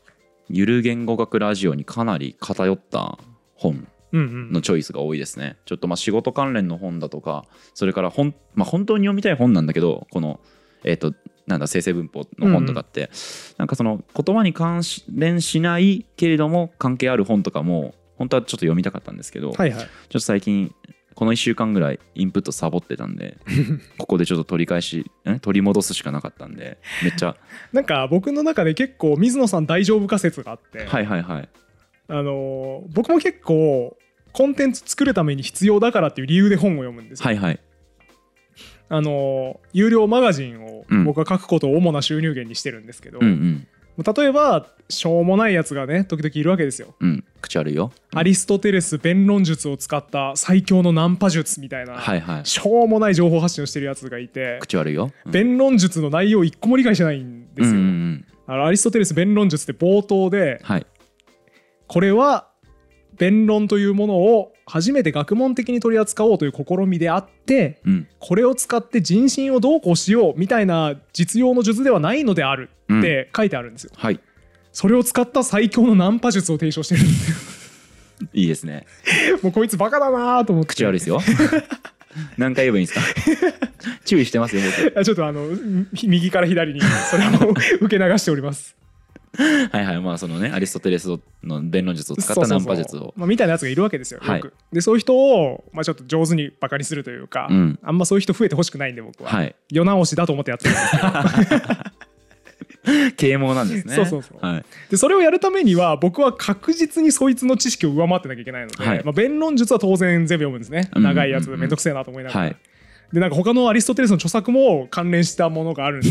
E: ゆる言語学ラジオにかなり偏った本
A: うんうん。
E: のチョイスが多いですね。ちょっとまあ仕事関連の本だとか、それから本、まあ、本当に読みたい本なんだけど、この、えっ、と、なんだ、生成文法の本とかって、なんかその言葉に関連しないけれども関係ある本とかも、本当はちょっと読みたかったんですけど、ちょっ
A: はいはい。
E: と最近、この1週間ぐらいインプットサボってた んで、ここでちょっと取り返し、ん取り戻すしかなかったんで、めっちゃ、
A: なんか僕の中で結構水野さん大丈夫か説があって、
E: はいはいはい。
A: あのー僕も結構コンテンツ作るために必要だからっていう理由で本を読むんですよ。
E: はいはい。
A: あのー有料マガジンを
E: うん
A: 僕は書くことを主な収入源にしてるんですけど、
E: うんうん。
A: 例えばしょうもないやつがね時々いるわけですよ。
E: うん、口悪いよ。
A: アリストテレス弁論術を使った最強のナンパ術みたいな、
E: はいはい。
A: しょうもない情報発信をしてるやつがいて
E: 口悪いよ。うん
A: 弁論術の内容を一個も理解してないんですよ、
E: うんうんうん
A: あのアリストテレス弁論術って冒頭で
E: はい
A: これは弁論というものを初めて学問的に取り扱おうという試みであって
E: うん
A: これを使って人心をどうこうしようみたいな実用の術ではないのである
E: うん
A: って書いてあるんですよ、
E: はい
A: それを使った最強のナンパ術を提唱してるん ですよ
E: いいですね
A: もうこいつバカだなーと思って
E: 口悪いですよ 何回言えばいいんですか注意してますよ僕
A: あちょっとあのん右から左にそれも 受け流しております
E: はいはいまあそのねアリストテレスの弁論術を使ったナンパ術
A: そうそうそ
E: を
A: うまあ、みたいなやつがいるわけですよよく、
E: はい
A: でそういう人を、まあ、ちょっと上手にバカにするというか、
E: うん
A: あんまそういう人増えてほしくないんで僕は、
E: はい
A: 世直しだと思ってやってるんですけど
E: 啓蒙なんですね
A: そうそうそう
E: はい
A: でそれをやるためには僕は確実にそいつの知識を上回ってなきゃいけないので、
E: はい
A: まあ、弁論術は当然全部読むんですね
E: うんうんうん
A: 長いやつめんどくせえなと思いながら、
E: はい
A: でなんか他のアリストテレスの著作も関連したものがあ るんで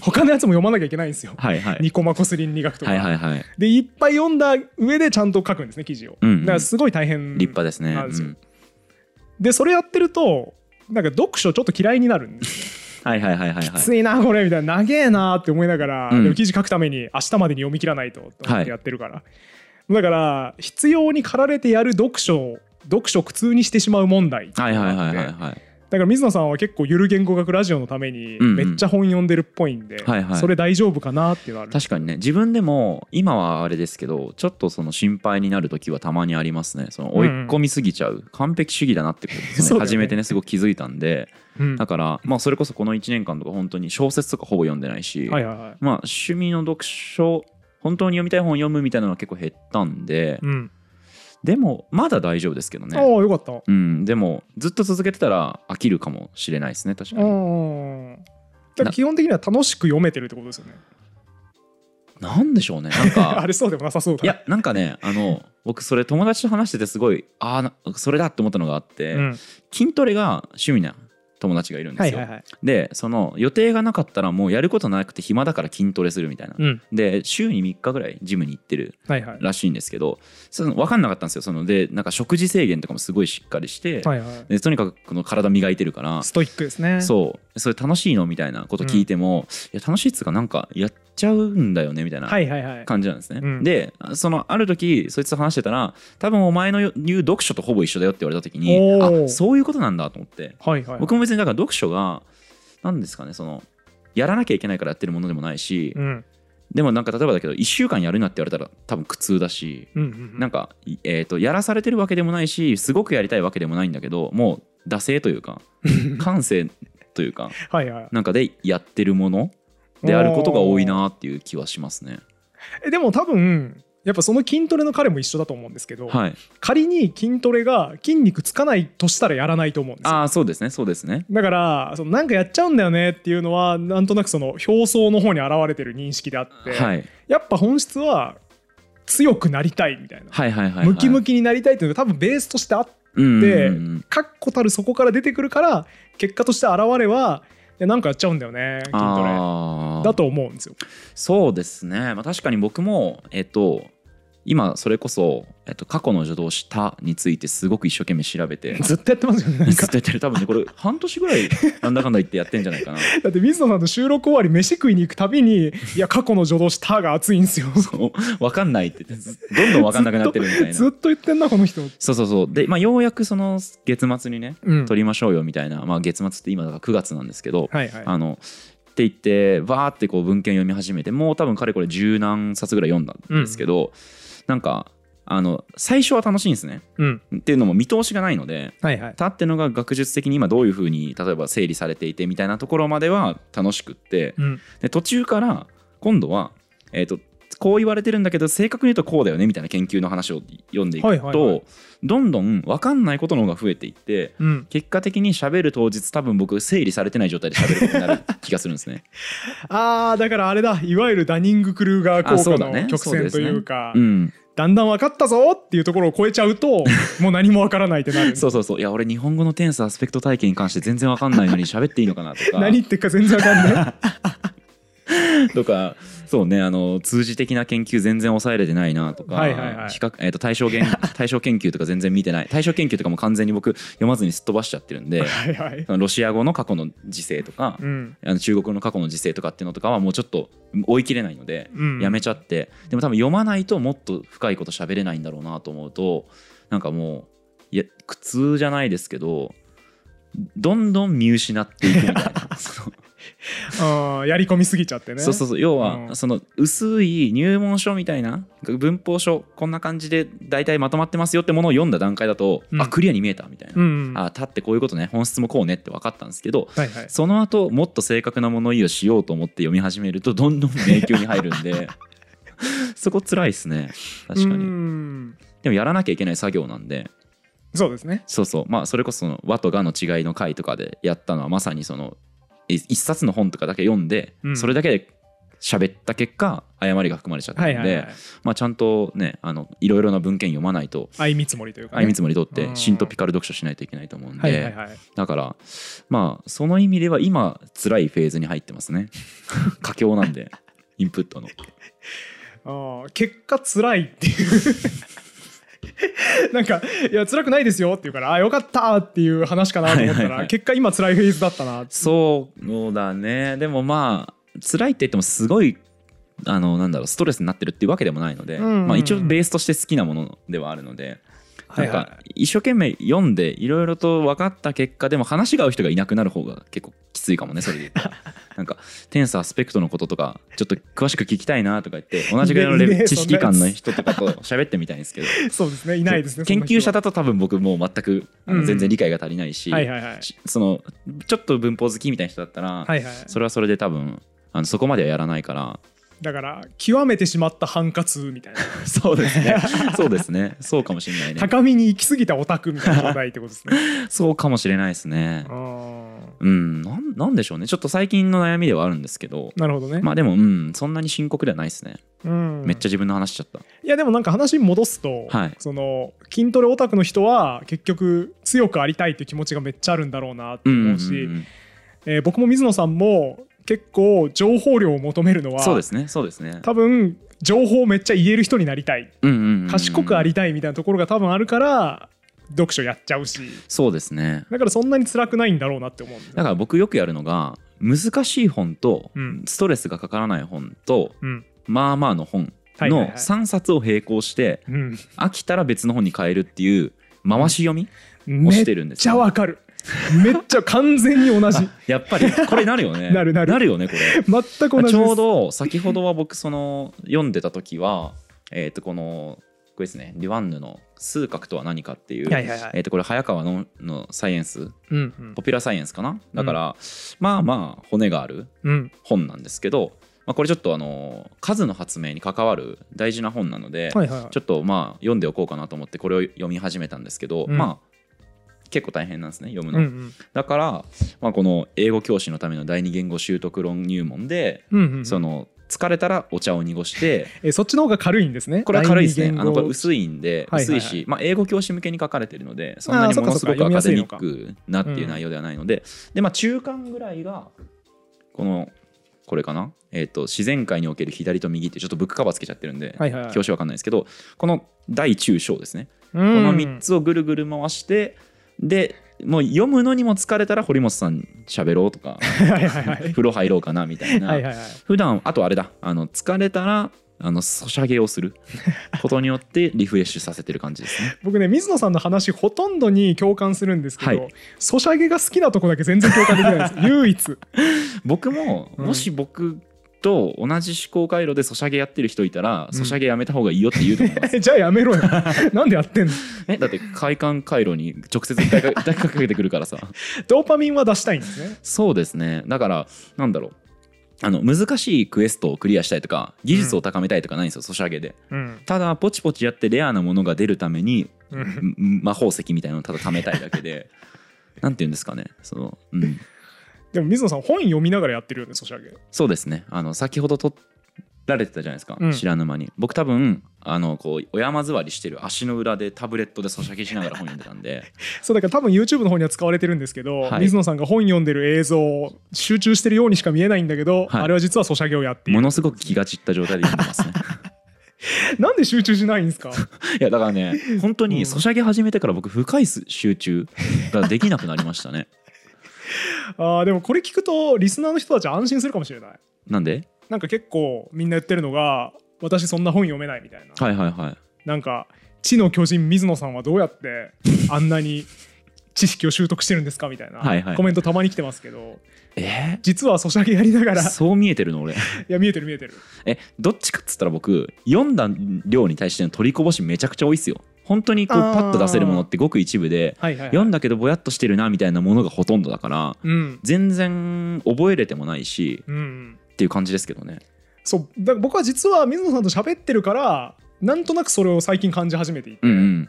A: 他のやつも読まなきゃいけないんですよ、
E: はいはい
A: ニコマコスリン二学とか、
E: はいはいはい
A: でいっぱい読んだ上でちゃんと書くんですね記事を、
E: うんうん
A: だからすごい大変
E: 立派ですね
A: なんですよ
E: うん
A: でそれやってるとなんか読書ちょっと嫌いになるんですよ
E: はいはいはいはいは
A: き
E: い
A: ついなこれみたいな長えなって思いながら、
E: うん
A: でも記事書くために明日までに読み切らないとと思ってやってるから、だから必要に駆られてやる読書を読書を苦痛にしてしまう問題
E: はいはいはいはい
A: だ
E: はい
A: から水野さんは結構ゆる言語学ラジオのために
E: うんうん
A: めっちゃ本読んでるっぽいんで、
E: はいはい
A: それ大丈夫かなっていうのある
E: 確かにね自分でも今はあれですけどちょっとその心配になる時はたまにありますねその追い込みすぎちゃう、完璧主義だなってことですね
A: そうだよね
E: 初めてねすごく気づいたんで
A: うん
E: だからまあそれこそこの1年間とか本当に小説とかほぼ読んでないし、
A: はいはいはい
E: まあ趣味の読書本当に読みたい本を読むみたいなのは結構減ったんで、
A: うん、
E: でもまだ大丈夫ですけど
A: ああ
E: ね
A: よかった、あ
E: うんでもずっと続けてたら飽きるかもしれないですね確かに
A: あだから基本的には楽しく読めてるってことですよね
E: なんでしょうねなん か
A: あれそうでもなさそうだ
E: いやなんかねあの僕それ友達と話しててすごいああそれだって思ったのがあって、
A: うん、
E: 筋トレが趣味な友達がいるんで
A: は
E: す
A: い
E: よ、
A: はいはい
E: でその予定がなかったらもうやることなくて暇だから筋トレするみたいな、
A: うん
E: で週に3日ぐらいジムに行ってる
A: はいはい
E: らしいんですけどその分かんなかったんですよそのでなんか食事制限とかもすごいしっかりして、
A: はいはい
E: でとにかくこの体磨いてるから
A: ストイックですね
E: そうそれ楽しいのみたいなこと聞いても、いや楽しいっつうかなんかやっちゃうんだよねみたいな
A: はいはいはい
E: 感じなんですね、
A: うん
E: でそのある時そいつと話してたら多分お前の言う読書とほぼ一緒だよって言われた時に
A: おー
E: あそういうことなんだと思って
A: はいはい
E: 僕も別にだから読書が何ですかねそのやらなきゃいけないからやってるものでもないし、
A: うん
E: でもなんか例えばだけど1週間やるなって言われたら多分苦痛だし
A: うんうん
E: なんか、いえー、とやらされてるわけでもないしすごくやりたいわけでもないんだけどもう惰性という か感性というか
A: はいはい
E: なんかでやってるものであることが多いなっていう気はしますね。
A: えでも多分やっぱその筋トレの彼も一緒だと思うんですけど、
E: はい、
A: 仮に筋トレが筋肉つかないとしたらやらないと思うんですよ
E: ああそうですねそうですね。
A: だからそのなんかやっちゃうんだよねっていうのはなんとなくその表層の方に現れてる認識であって、
E: はい、
A: やっぱ本質は強くなりたいみたいな、
E: はいはいはいはい。
A: ムキムキになりたいっていうのが多分ベースとしてあって
E: で、うんうん
A: 確固たるそこから出てくるから結果として現れはいやなんかやっちゃうんだよね筋トレ
E: あー
A: だと思うんですよ。
E: そうですね、まあ、確かに僕も、えっと、今それこそ、えっと、過去の助動したについてすごく一生懸命調べて
A: ず
E: ず
A: っとやってますよ ねなん
E: っ
A: か
E: とやってる多分ねこれ半年ぐらいなんだかんだ言ってやってんじゃないかな
A: だって水野さんと収録終わり飯食いに行くたびに「いや過去の助動した」が熱いんですよ。
E: 分かんないって言ってずどんどん分かんなくなってるみたいな
A: ずっと言ってんなこの人。
E: そうそうそうで、まあ、ようやくその月末にね
A: うん
E: 撮りましょうよみたいな、まあ、月末って今だから9月なんですけど、
A: はいはい。
E: あのって言ってバーってこう文献読み始めてもう多分かれこれ十何冊ぐらい読んだんですけど、なんかあの最初は楽しいんですね
A: うん。
E: っていうのも見通しがないので
A: はいはい。
E: たってのが学術的に今どういうふうに例えば整理されていてみたいなところまでは楽しくって
A: うん。
E: で途中から今度は、えー、とこう言われてるんだけど正確に言うとこうだよねみたいな研究の話を読んでいくと、
A: はいはいはい
E: どんどん分かんないことの方が増えていって
A: うん、
E: 結果的に喋る当日多分僕整理されてない状態で喋ることになる気がするんで すね。
A: ああだからあれだいわゆるダニング・クルーガー
E: あそ
A: 効
E: う
A: 果
E: だね
A: の曲線というか
E: うん、
A: だんだん分かったぞっていうところを超えちゃうともう何も分からないってなる
E: そうそうそういや俺日本語のテンスアスペクト体系に関して全然分 かんないのに喋っていいのかなとか
A: 何言ってるか全然分かんない
E: とかそうねあの通じ的な研究全然抑えれてないなとか、
A: はいはいはい
E: 比較えー、と 対象研対象研究とか全然見てない対象研究とかも完全に僕読まずにすっ飛ばしちゃってるんで
A: はいはい
E: そのロシア語の過去の時勢とか、
A: うん
E: あの中国の過去の時勢とかっていうのとかはもうちょっと追い切れないので、
A: うん
E: やめちゃってでも多分読まないともっと深いこと喋れないんだろうなと思うとなんかもういや苦痛じゃないですけどどんどん見失っていくみた いなその
A: あーやり込みすぎちゃってね
E: そうそうそう要
A: う
E: は
A: ん
E: その薄い入門書みたいな文法書こんな感じで大体まとまってますよってものを読んだ段階だと、
A: うん
E: あクリアに見えたみたいな、
A: うんうん
E: あたってこういうことね本質もこうねって分かったんですけど
A: はいはい
E: その後もっと正確な物言いをしようと思って読み始めるとどんどん迷宮に入る んでそこ辛いですね確か
A: う
E: に
A: ん
E: でもやらなきゃいけない作業なんで
A: そうですね
E: そうそうまあそれこそその和とがの違いの回とかでやったのはまさにそのい一冊の本とかだけ読んで、
A: うん
E: それだけで喋った結果誤りが含まれちゃった
A: はい
E: ん
A: はい、
E: で、
A: はい、
E: まあ、ちゃんとねあのいろいろな文献読まないと
A: 相見積もりというか、ね、
E: 相見積もり取っ
A: う
E: て
A: ん
E: 新トピカル読書しないといけないと思うんで、
A: はいはいはい
E: だからまあその意味では今辛いフェーズに入ってますね 佳境なんでインプットの
A: あー結果辛いっていう なんか「いや辛くないですよ」って言うから「あよかった」っていう話かなと思ったら、
E: はいはいはい
A: 結果今辛いフェーズだったな
E: そうだねでもまあ辛いって言ってもすごいあのなんだろうストレスになってるっていうわけでもないので、
A: うんうんうん
E: まあ、一応ベースとして好きなものではあるので。
A: は
E: ないん
A: はい
E: か一生懸命読んでいろいろと分かった結果でも話が合う人がいなくなる方が結構きついかもねそれで 言ったらなんかテンスアスペクトのこととかちょっと詳しく聞きたいなとか 言って同じぐらいのレ
A: いね
E: ベ
A: いね
E: ル知識感の人とかと喋ってみたいんですけど
A: そうですねい ないですね
E: 研究者
A: だ
E: だと多分僕もう全くあ
A: う
E: の
A: ん
E: 全然理解が足りないし、
A: はいはいはい
E: しそのちょっと文法好きみたいな人だったら、
A: はいはい
E: それはそれで多分あのそこまではやらない から
A: だから極めてしまったハンカツみたいな
E: そうですねそうですねそうかもしれないね
A: 高みに行き過ぎたオタクみたいな状態ってことですね
E: そうかもしれないですね
A: あー
E: うんなんなんでしょうねちょっと最近の悩みではあるんですけど
A: なるほどね、
E: まあでもうんそんなに深刻ではないですね、
A: うん、
E: めっちゃ自分の話しちゃった
A: いやでもなんか話戻すと、
E: はい
A: その筋トレオタクの人は結局強くありたいっていう気持ちがめっちゃあるんだろうなって
E: うんうんう
A: 思
E: ん
A: うし、えー僕も水野さんも結構情報量を求めるのは
E: そうですねそうですね
A: 多分情報をめっちゃ言える人になりたい
E: うんうんうんうん
A: 賢くありたいみたいなところが多分あるから読書やっちゃうし
E: そうですね
A: だからそんなに辛くないんだろうなって思うんです
E: だから僕よくやるのが難しい本と
A: うん
E: ストレスがかからない本と
A: うん
E: まあまあの本
A: はいはい
E: の
A: はい
E: 3冊を並行して
A: うん
E: 飽きたら別の本に変えるっていう回し読みを
A: め
E: し
A: って
E: るんです
A: ちゃ
E: よ、
A: わかるめっちゃ完全に 同じ
E: やっぱりこれなるよ ね
A: なるなる
E: よねこれ
A: 全く同じです
E: ちょうど先ほどは僕その読んでた時はえっ、とこのこれですねデュワンヌの「数学とは何か」っていう、
A: はいはいはい
E: えー、とこれ早川ののサイエンス
A: うんうん
E: ポピュラーサイエンスかなだから、まあまあ骨がある
A: うん
E: 本なんですけど、まあ、これちょっとあの数の発明に関わる大事な本なので、
A: はいはいはい
E: ちょっとまあ読んでおこうかなと思ってこれを読み始めたんですけど、
A: うん
E: まあ結構大変なんですね読む
A: う
E: の、
A: んうん
E: だから、まあ、この英語教師のための第二言語習得論入門で、
A: うんうん
E: その疲れたらお茶を濁して
A: えそっちの方が軽いんですね
E: これは軽いですね
A: 第二言語
E: あのこれ薄いんで
A: はいはい
E: 薄
A: はい
E: いし、まあ、英語教師向けに書かれてるのでそんな
A: あー
E: に
A: そっ
E: も
A: か
E: の
A: そっ
E: す
A: か
E: ごくアカデミッ
A: 読
E: クなっていう内容ではないのでで、まあ、中間ぐらいがこのこれかな、えー、と自然界における左と右ってちょっとブックカバーつけちゃってるんで、
A: はいはいはい
E: 表紙わかんないですけどこの大中小ですね、
A: こ
E: こ の3つをぐるぐる回してでもう読むのにも疲れたら堀本さん喋ろうと
A: は
E: か
A: いはいはい
E: 風呂入ろうかなみたいな
A: はいはいはい
E: 普段あとあれだあの疲れたらあのソシャゲをすることによってリフレッシュさせてる感じですね
A: 僕ね水野さんの話ほとんどに共感するんですけど、
E: はい
A: ソシャゲが好きなとこだけ全然共感できない です唯一
E: 僕も
A: うん
E: もし僕と同じ思考回路でソシャゲやってる人いたら、
A: ん
E: ソシャゲやめた方がいいよって言うと思 います
A: じゃあやめろよなんでやってんの
E: えだって快感回路に直接抱き抱きかけてくるからさ
A: ドーパミンは出したいんですね
E: そうですねだからなんだろうあの難しいクエストをクリアしたいとか技術を高めたいとかないんですよ、ソシャゲで
A: うん
E: ただポチポチやってレアなものが出るために
A: うん
E: ん魔法石みたいなのをただ貯めたいだ けでなんて言うんですかねその、うん、
A: でも水野さん本読みながらやってるよねソシャゲ
E: そうですねあの先ほどとられてたじゃないですか、
A: うん
E: 知らぬ間に僕多分あのこうお山座りしてる足の裏でタブレットでそしゃげしながら本読んでたんで
A: そうだから多分 YouTube の方には使われてるんですけど、
E: はい
A: 水野さんが本読んでる映像を集中してるようにしか見えないんだけど、
E: はい
A: あれは実はソシャゲをや ってい
E: も
A: る
E: のすごく気が散った状態で読んでますね
A: なんで集中しないんですか
E: いやだからね 本当
A: う
E: に
A: ん
E: そしゃげ始めてから僕深い集中ができなくなりま したね
A: あーでもこれ聞くとリスナーの人たち安心するかもしれない
E: なんで
A: なんか結構みんな言ってるのが私そんな本読めないみたいな、
E: はいはいはい
A: なんか知の巨人水野さんはどうやってあんなに知識を習得してるんですかみたいな
E: はいはい
A: コメントたまに来てますけど
E: え
A: 実はソシャゲやりながら
E: ー、
A: い
E: そう見えてるの俺
A: や見えてる見えてる
E: えどっちかっつったら僕読んだ量に対しての取りこぼしめちゃくちゃ多いっすよ本当にこう
A: あー
E: パッと出せるものってごく一部で
A: はいはい、はい
E: 読んだけどぼやっとしてるなみたいなものがほとんどだから
A: うん
E: 全然覚えれてもないし
A: うんうん
E: っていう感じですけどね
A: そうだから僕は実は水野さんと喋ってるからなんとなくそれを最近感じ始めていて、
E: うんうん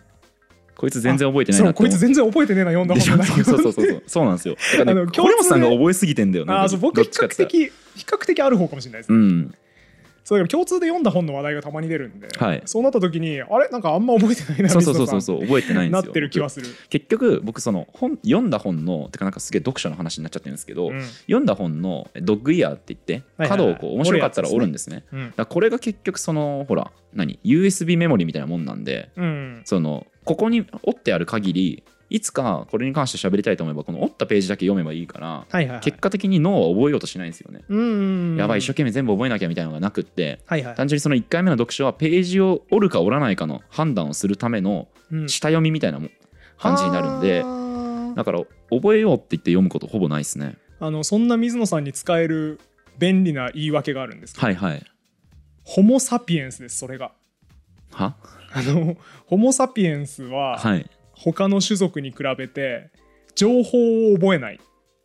E: こいつ全然覚えてない
A: そ
E: な
A: う
E: って
A: こい
E: 思
A: つ
E: う
A: 全然覚えてねえな読んだ
E: でしょ
A: 本が
E: そうそうそうそうそうそうなんですよだから
A: あ
E: ね
A: の共通で
E: 堀本さんが覚えすぎてんだよね
A: ああそう僕
E: どっ
A: 比
E: ちかっ
A: 較
E: つったら
A: 的比較的ある方かもしれないです、
E: う
A: ね
E: ん
A: そうだから共通で読んだ本の話題がたまに出るんで、
E: はい
A: そうなった時にあれなんかあんま覚えてないな
E: そうそうそう
A: 水
E: そう
A: 野
E: そう覚えてな
A: さ
E: い
A: ん
E: んで
A: な
E: す
A: っ
E: よ
A: てる気はする、
E: 結局僕その本読んだ本のてかなんかすげえ読書の話になっちゃってるんですけど、
A: うん
E: 読んだ本のドッグイヤーって言って
A: はいはい
E: 角をこう面白かったら折るんですね。
A: うん
E: だからこれが結局そのほら何 USB メモリみたいなもんなんで
A: うん、
E: そのここに折ってある限りいつかこれに関して喋りたいと思えばこの折ったページだけ読めばいいから
A: はいはい、はい、
E: 結果的に脳は覚えようとしないんですよね。
A: うんうんうん
E: やばい一生懸命全部覚えなきゃみたいなのがなくって
A: はいはい、
E: 単純にその1回目の読書はページを折るか折らないかの判断をするための
A: うん
E: 下読みみたいなもん感じになるんで
A: あ。ー
E: だから覚えようって言って読むことほぼないですね。
A: あのそんな水野さんに使える便利な言い訳があるんですけど、
E: はいはい。
A: ホモ・サピエンスですそれが
E: は
A: あの ホモ・サピエンスは、
E: はい。
A: 他の種族に比べて情報を覚えない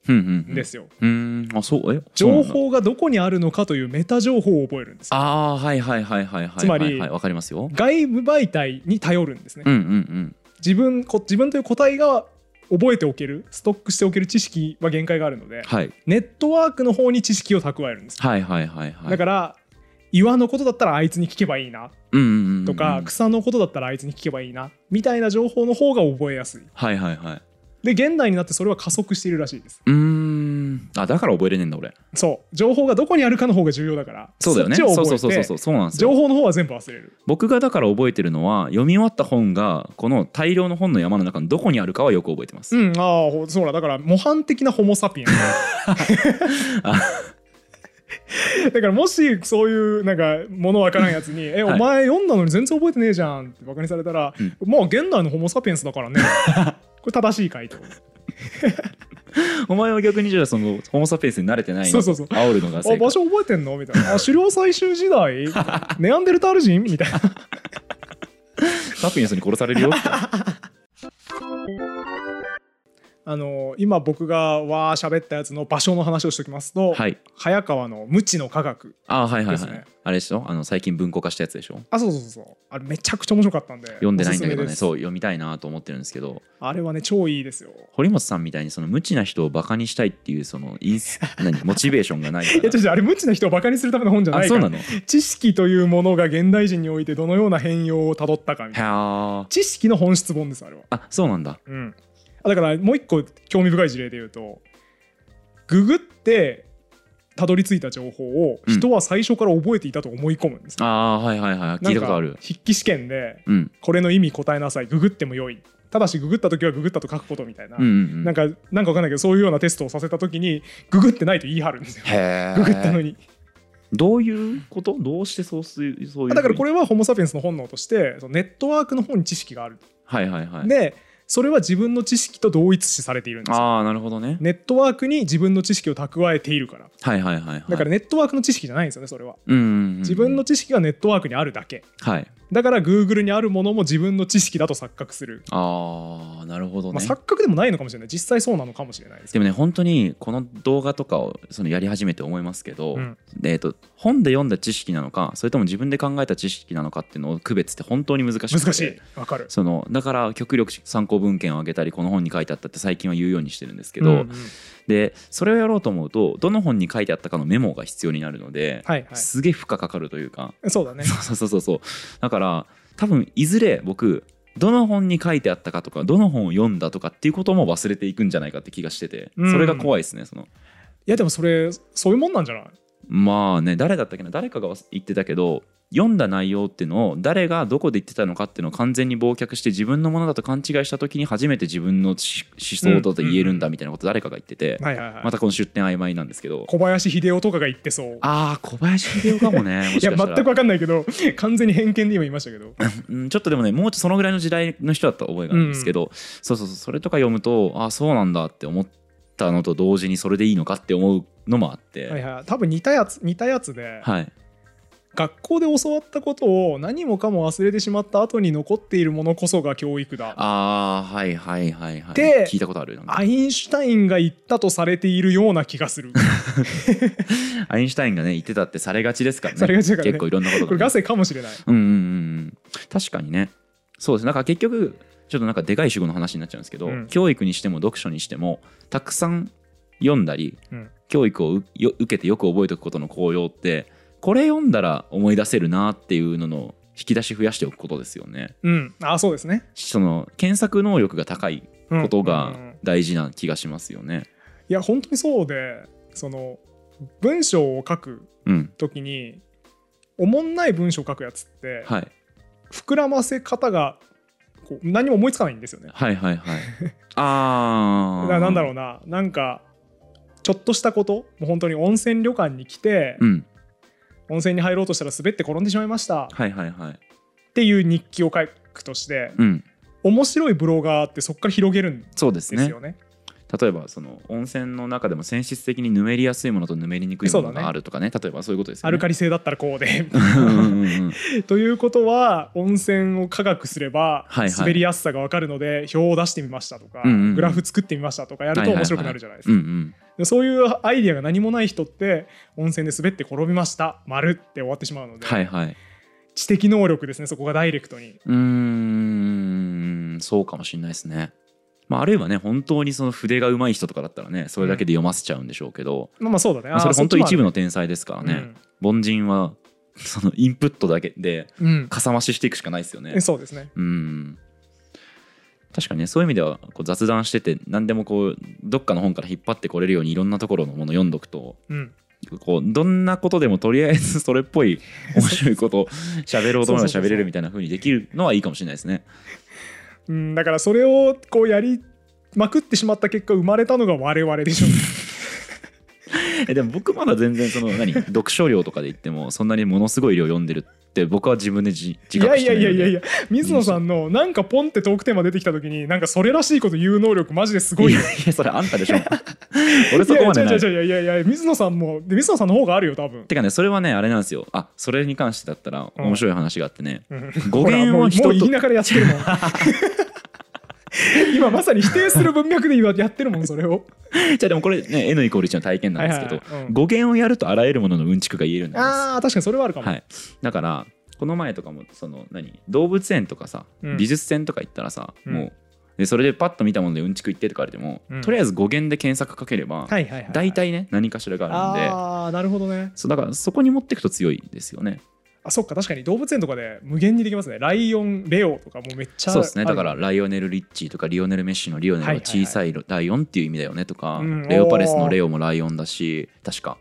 E: うんうんうん
A: んですよ、
E: うーん、あ、そう、え
A: 情
E: そうなんだ
A: 報がどこにあるのかというメタ情報を覚えるんですよ
E: ああ、はいはいはいはいはいはいはい。
A: つまり
E: はいわかりますよ。
A: 外部媒体に頼るんですね、
E: うんうんうん。
A: 自分こ自分という個体が覚えておけるストックしておける知識は限界があるので
E: はい。
A: ネットワークの方に知識を蓄えるんです、
E: はいはいはいはい。
A: だから岩のことだったらあいつに聞けばいいな
E: うんうんうんうん。
A: とか、草のことだったらあいつに聞けばいいなみたいな情報の方が覚えやすい
E: はいはいはい。
A: で現代になってそれは加速しているらしいです
E: うーん。あ、だから覚えれねえんだ俺。
A: そう情報がどこにあるかの方が重要だから
E: そうだよね。
A: そ
E: そ
A: っ
E: う
A: ちを
E: そ
A: 覚え
E: うそうそう
A: て
E: そう。そうなんです
A: 情
E: よ。
A: 報の方は全部忘れる
E: 僕がだから覚えてるのは読み終わった本がこの大量の本の山の中のどこにあるかはよく覚えてます。
A: うんああほそうだだから模範的なホモ・サピエンスだからもしそういうなんか物わからんやつに「えお
E: はい
A: 前読んだのに全然覚えてねえじゃん」ってバカにされたら
E: うん
A: 「まあ現代のホモ・サピエンスだから ね」これ正しい回答
E: お前は逆にじゃあそのホモ・サピエンスに慣れてないの
A: そうそうそう
E: 煽るのが
A: あ
E: 正
A: 場
E: 解。
A: 所覚えてんのみたいな「あ狩猟採集時 代ネアンデルタール人?」みたいな
E: サピエンスに殺される よって。
A: あの今僕がわー喋ったやつの場所の話をしておきますと、
E: はい。
A: 早川の「無知の科学
E: あーはいは
A: で
E: い
A: す
E: はい、
A: ね
E: あれでしょあの最近文庫化したやつでしょ」
A: あそうそうそうそうあれめちゃくちゃ面白かったんで
E: 読んでないんだけど
A: おすすめ
E: ね
A: です
E: そう読みたいなと思ってるんですけど
A: あれはね超いいですよ
E: 堀本さんみたいにその無知な人をバカにしたいっていうそのイ ンス何モチベーションがないか
A: いやちょ
E: ら
A: っとあれ無知な人をバカにするための本じゃな
E: あ
A: い
E: そ
A: か
E: うな
A: ら
E: の
A: 知識というものが現代人においてどのような変容をたどったかみたいな
E: は
A: 知識の本質本ですあれは、
E: ああそうなんだ
A: うん、あだからもう一個興味深い事例で言うとググってたどり着いた情報を
E: うん
A: 人は最初から覚えていたと思い込むんです、
E: あーはいはいはい聞いたことあ
A: なん
E: る
A: か筆記試験で
E: うん
A: これの意味答えなさいググってもよいただしググった時はググったと書くことみたいな、
E: うんうんう
A: なん
E: ん
A: かなんかわかんないけどそういうようなテストをさせた時にググってないと言い張るんですよ
E: へ
A: ググったの
E: え
A: に
E: どういうことどうしてそうするそういう
A: だからこ
E: れ
A: れはホモ・サピエンスの本能としてそのネットワークの方に知識がある、
E: はいはいはい
A: でそれは自分の知識と同一視されているんですよ
E: ああなるほどね
A: ネットワークに自分の知識を蓄えているから
E: はいはいはいはい
A: だからネットワークの知識じゃないんですよねそれは
E: うんうんうんうん
A: 自分の知識がネットワークにあるだけ
E: はい
A: だから Google にあるものも自分の知識だと錯覚する
E: あああなるほど
A: まあ、
E: ね、
A: 錯覚でもないのかもしれない実際そうなのかもしれないです
E: でもね本当にこの動画とかをそのやり始めて思いますけど、
A: うん
E: えー、と本で読んだ知識なのかそれとも自分で考えた知識なのかっていうのを区別って本当に難しくて
A: 難しいわかる
E: そのだから極力参考文献をあげたりこの本に書いてあったって最近は言うようにしてるんですけど、
A: うんうん
E: でそれをやろうと思うとどの本に書いてあったかのメモが必要になるので、
A: はいは
E: すげえ負荷かかるというか
A: いそうだね
E: そうそうそうそうだから多分いずれ僕どの本に書いてあったかとかどの本を読んだとかっていうことも忘れていくんじゃないかって気がしてて、
A: うん
E: それが怖いですねその
A: いやでもそれそういうもんなんじゃない
E: まあね誰だったっけな誰かが言ってたけど読んだ内容っていうのを誰がどこで言ってたのかっていうのを完全に忘却して自分のものだと勘違いした時に初めて自分のし思想だと言えるんだみたいなこと誰かが言ってて、
A: はいはいはい
E: またこの出典曖昧なんですけど
A: 小林秀夫とかが言ってそう
E: ああ小林秀夫かもねも
A: い
E: し
A: や
E: かした
A: 全
E: ら
A: く分かんないけど完全に偏見で今言いましたけど
E: うんちょっとでもねもうちょっとそのぐらいの時代の人だった覚えがあるんですけど、そうそうそうそれとか読むとああそうなんだって思ったのと同時にそれでいいのかって思うのもあって
A: はいはい多分似たやつ似たやつで
E: はい
A: 学校で教わったことを何もかも忘れてしまった後に残っているものこそが教育だ
E: ああはいはいはいはい
A: で
E: 聞いたことあるなんか
A: アインシュタインが言ったとされているような気がす る
E: アインシュタインがね言ってたってされがちですからね
A: されがちだからね
E: 結構いろんなこと
A: これガ
E: がね、
A: セかもしれない
E: うんうんうんうん確かにねそうですなんか結局ちょっとなんかでかい主語の話になっちゃうんですけど、
A: うん
E: 教育にしても読書にしてもたくさん読んだり、
A: うん
E: 教育をうよ受けてよく覚えておくことの効用ってこれ読んだら思い出せるなっていうのの引き出し増やしておくことですよね。
A: うんあそうですね、
E: その検索能力が高い
A: うん
E: こと
A: うんうん
E: が大事な気がしますよね。
A: いや本当にそうでその文章を書く
E: うん、
A: ときにおもんない文章を書くやつって
E: はい、
A: 膨らませ方がこう何も思いつかないんですよね
E: はいは いはいあ
A: だか
E: あ
A: らなんだろうななんかちょっとしたこともう本当に温泉旅館に来て、
E: うん
A: 温泉に入ろうとしたら滑って転んでしまいました
E: はいはいはい
A: っていう日記を書くとして、
E: うん
A: 面白いブロガーってそこから広げるんで
E: そうです
A: す
E: ね
A: よね
E: 例えばその温泉の中でも泉質的にぬめりやすいものとぬめりにくいもの
A: そうだ
E: が
A: ね
E: あるとかね例えばそういうことですよね
A: アルカリ性だったらこうで
E: うんうんうんうん
A: ということは温泉を科学すれば
E: はいはい
A: 滑りやすさが分かるので表を出してみましたとか、
E: うんうんうん
A: グラフ作ってみましたとかやる
E: はい
A: と
E: はいはい
A: 面白くなるじゃないですか、
E: うんうん
A: でそういうアイディアが何もない人って温泉で滑って転びました丸って終わってしまうので、
E: はいはい
A: 知的能力ですねそこがダイレクトに
E: うーんそうかもしれないですねまああるいはね本当にその筆が上手い人とかだったらねそれだけで読ませちゃうんでしょうけど、
A: まあまあそうだね
E: まあ、それ本当一部の天才ですから
A: だ
E: ね、凡人はそのインプットだけで
A: うん、うん
E: かさ増ししていくしかないですよね
A: えそうですね
E: うん確かにねそういう意味ではこう雑談してて何でもこうどっかの本から引っ張ってこれるようにいろんなところのもの読んどくと
A: うん
E: こうどんなことでもとりあえずそれっぽい面白いことを喋ろうと思え
A: そうそ
E: ば
A: うそうそう
E: 喋れるみたいな風にできるのはいいかもしれないですね。
A: うん、だからそれをこうやりまくってしまった結果生まれたのが我々でしょ
E: えでも僕まだ全然その 何読書量とかで言ってもそんなにものすごい量読んでるって僕は自分で自
A: い
E: 自
A: や
E: 覚し
A: い
E: て
A: や
E: ない
A: い
E: の
A: や
E: で
A: いやいや水野さんのなんかポンってトークテーマ出てきた時になんかそれらしいこと言う能力マジですごい
E: いやいやそれあんたでしょ俺そこまでない
A: いやいやいやいやいやいや水野さんもで水野さんの方があるよ多分
E: てかねそれはねあれなんですよあそれに関してだったら面白い話があってね、
A: うん
E: 語
A: ほ
E: 源
A: らも
E: を
A: う
E: 人
A: もう言
E: と
A: いながらやってるもん今まさに否定する文脈で今やってるもんそれを
E: じゃあでもこれね N イコール1の体験なんですけど、
A: はいはいはいうん
E: 語源をやるとあらゆるもののうんちくが言えるようになります
A: ああ確かにそれはあるかも、
E: はい、だからこの前とかもその何動物園とかさ、
A: うん
E: 美術展とか行ったらさ、
A: うん
E: もうでそれでパッと見たものでうんちく言ってとか言われても、
A: うん
E: とりあえず語源で検索かければ、
A: はいはいはい
E: 大体ね何かしらがあるんで
A: ああなるほどね
E: そうだからそこに持ってくと強いですよね
A: あそっか確かに動物園とかで無限にできますねライオンレオとかもうめっちゃ
E: そうですね
A: ある
E: だからライオネル・リッチーとかリオネル・メッシのリオネルは小さいライオンっていう意味だよねとか、
A: うん
E: レオパレスのレオもライオンだし確か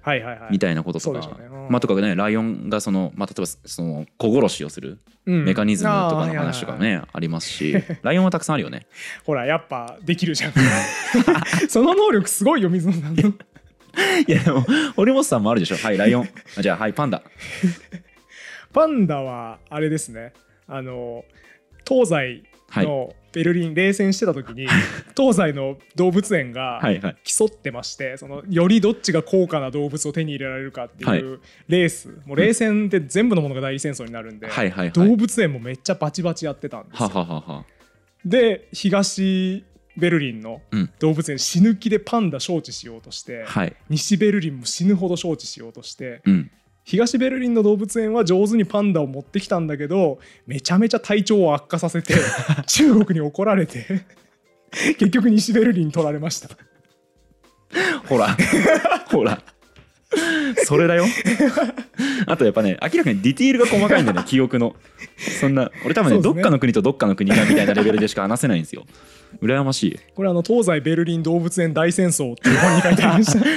A: はいはいはい
E: みたいなこととか、
A: そうでしょうねうん
E: まあとかねライオンがその、まあ、例えばその子殺しをする
A: うん
E: メカニズムとかの
A: あー
E: 話とかも
A: はいはいはい
E: ね、ありますしライオンはたくさんあるよ ね
A: ほらやっぱできるじゃん その能力すごいよ水野さんの
E: いやで も堀本さんもあるでしょはいラ イオンあじゃあはいパンダ
A: パンダはあれですねあの東西
E: はいは
A: のベルリン、冷戦してた時 に東西の動物園が
E: いはい
A: 競ってまして、そのよりどっちが高価な動物を手に入れられるかっていうレース、もう冷戦って全部のものが代理戦争になるんで、
E: はいはいはい
A: 動物園もめっちゃバチバチやってたんですよ
E: はははは
A: で東ベルリンの
E: うん
A: 動物園死ぬ気でパンダ招致しようとして、
E: はい。
A: 西ベルリンも死ぬほど招致しようとして
E: うん。
A: 東ベルリンの動物園は上手にパンダを持ってきたんだけどめちゃめちゃ体調を悪化させ て中国に怒られて結局西ベルリンに取られました
E: ほら。ほら。それだよ。あとやっぱね、明らかにディティールが細かいん だよね、記憶の。そんな、俺多分ね
A: そうです
E: ど
A: ね
E: っかの国とどっかの国がみたいなレベルでしか話せないんですよ。羨ましい。
A: これあの東西ベルリン動物園大戦争っていう本に書いてありま した
E: んフ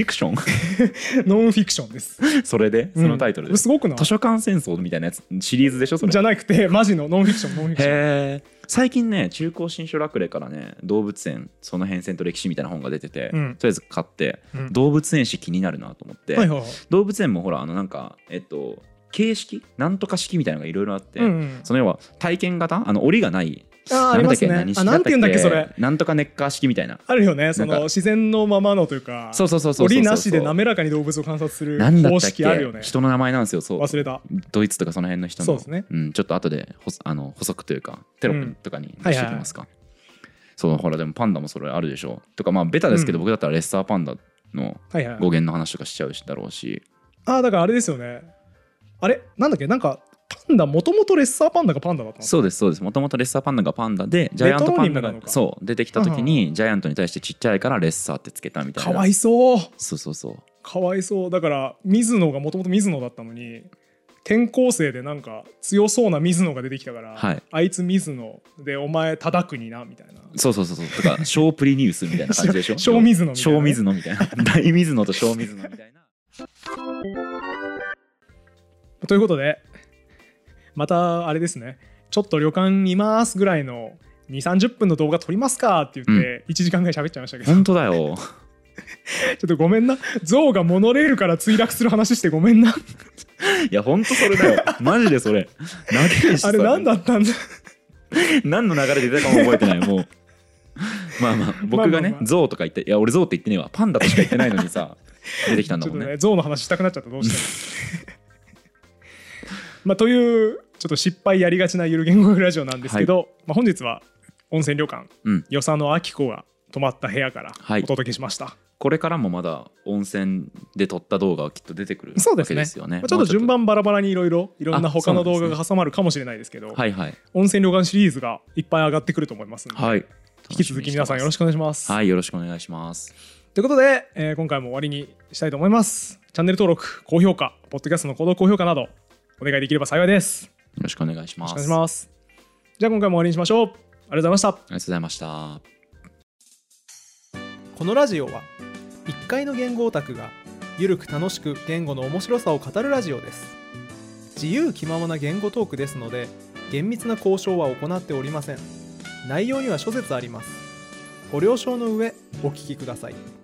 E: ィクション
A: ノンフィクションです
E: それで、そのタイトル
A: うん
E: で。
A: すごくない
E: 図書館戦争みたいなやつ、シリーズでしょ、それ
A: じ。ゃなくてマジのノンフィクションノンフィクション
E: へえ最近ね中高新書楽礼からね動物園その変遷と歴史みたいな本が出てて、
A: うん
E: とりあえず買って、
A: うん
E: 動物園史気になるなと思って、
A: はいはいはい
E: 動物園もほらあのなんかえっと形式なんとか式みたいなのがいろいろあって、
A: うんうん
E: その要は体験型あの檻がない
A: あーあ
E: な
A: り
E: んだ
A: ま
E: っ
A: す
E: け
A: ね
E: 何
A: あ
E: 式だ
A: な
E: っ
A: ん
E: た
A: て言うんだっけそれ
E: っけなんとかネッカー式みたいな
A: あるよねそ
E: なんか
A: の自然のままのというか
E: そうそうそうそうそうそう
A: 檻なしで滑らかに動物を観察する
E: なんだっ
A: 方
E: たっけ
A: 式あるよね
E: 人の名前なんですよそう
A: 忘れた
E: ドイツとかその辺の人の
A: そうですね
E: ん、ちょっと後でほあの補足というかテロップとかに
A: は
E: 出
A: い
E: しておきますか、そうほらでもパンダもそれあるでしょとかまあベタですけど、僕だったらレッサーパンダの
A: はいはい
E: 語源の話とかしちゃうしだろうし
A: ああだからあれですよねあれなんだっけなんかパンダもともとレッサーパンダがパンダだったの
E: そうですそうですもともとレッサーパンダがパンダでジャイアントパン
A: メト
E: ダ
A: ロニムな
E: が
A: のか
E: そう出てきた時にジャイアントに対してちっちゃいからレッサーってつけたみたい
A: か
E: な
A: わいそう
E: そうそうそう
A: かわいそうだから水野がもともと水野だったのに転校生でなんか強そうな水野が出てきたから、
E: はい
A: あいつ水野でお前叩くになみたいな
E: そうそうそうそうとか小プリニウスみたいな感じでし ょ
A: 小小水野みたいなね
E: 小水野みたい な大水野と小水野みたいな
A: ということでまたあれですねちょっと旅館にいますぐらいの2 3 0分の動画撮りますかって言って1時間ぐらい喋っちゃいましたけど、
E: 本当だよ
A: ちょっとごめんな象がモノレールから墜落する話してごめ んない
E: や、ほんとそれだよ。マジでそれ。長いし
A: あれ何だったんだ
E: 何の流れで出たかも覚えてない、もう。まあまあ、僕が
A: まあまあ
E: ね
A: ま、あ
E: ゾウとか言って、いや、俺ゾウって言ってねえわ。パンダとしか言ってないの にさ、出てきたんだ
A: ちょっ
E: も
A: と
E: んね。
A: ね象の話したくなっちゃったどうしても まあというちょっと失敗やりがちなゆる言語学ラジオなんですけど、まあ、本日は温泉旅館、
E: うん
A: 与謝野明子が泊まった部屋から
E: は
A: お
E: い
A: 届けしました、
E: これからもまだ温泉で撮った動画はきっと出てくる
A: そう
E: わ
A: です
E: け
A: ね
E: ですよね。
A: まあちょっと順
E: もう
A: 番バラバラにいろいろいろんな
E: あ
A: 他の
E: そ
A: 動
E: うなんですね
A: 画が挟まるかもしれないですけど
E: ちょっと。はいはい。
A: 温泉旅館シリーズがいっぱい上がってくると思いますので、
E: はい。
A: 引き続き皆さんよろしくお願いします、
E: はい、よろしくお願いします。
A: ということで、えー今回も終わりにしたいと思いますチャンネル登録高評価ポッドキャストの購読高評価などお願いできれば幸いです
E: よろしくお願いしま
A: よ
E: す。
A: ろしくお願いします。じゃあ今回も終わりにしましょう。ありがとうございました。
E: ありがとうございました。
D: このラジオは1階の言語オタクがゆるく楽しく言語の面白さを語るラジオです自由気ままな言語トークですので厳密な交渉は行っておりません内容には諸説ありますご了承の上お聞きください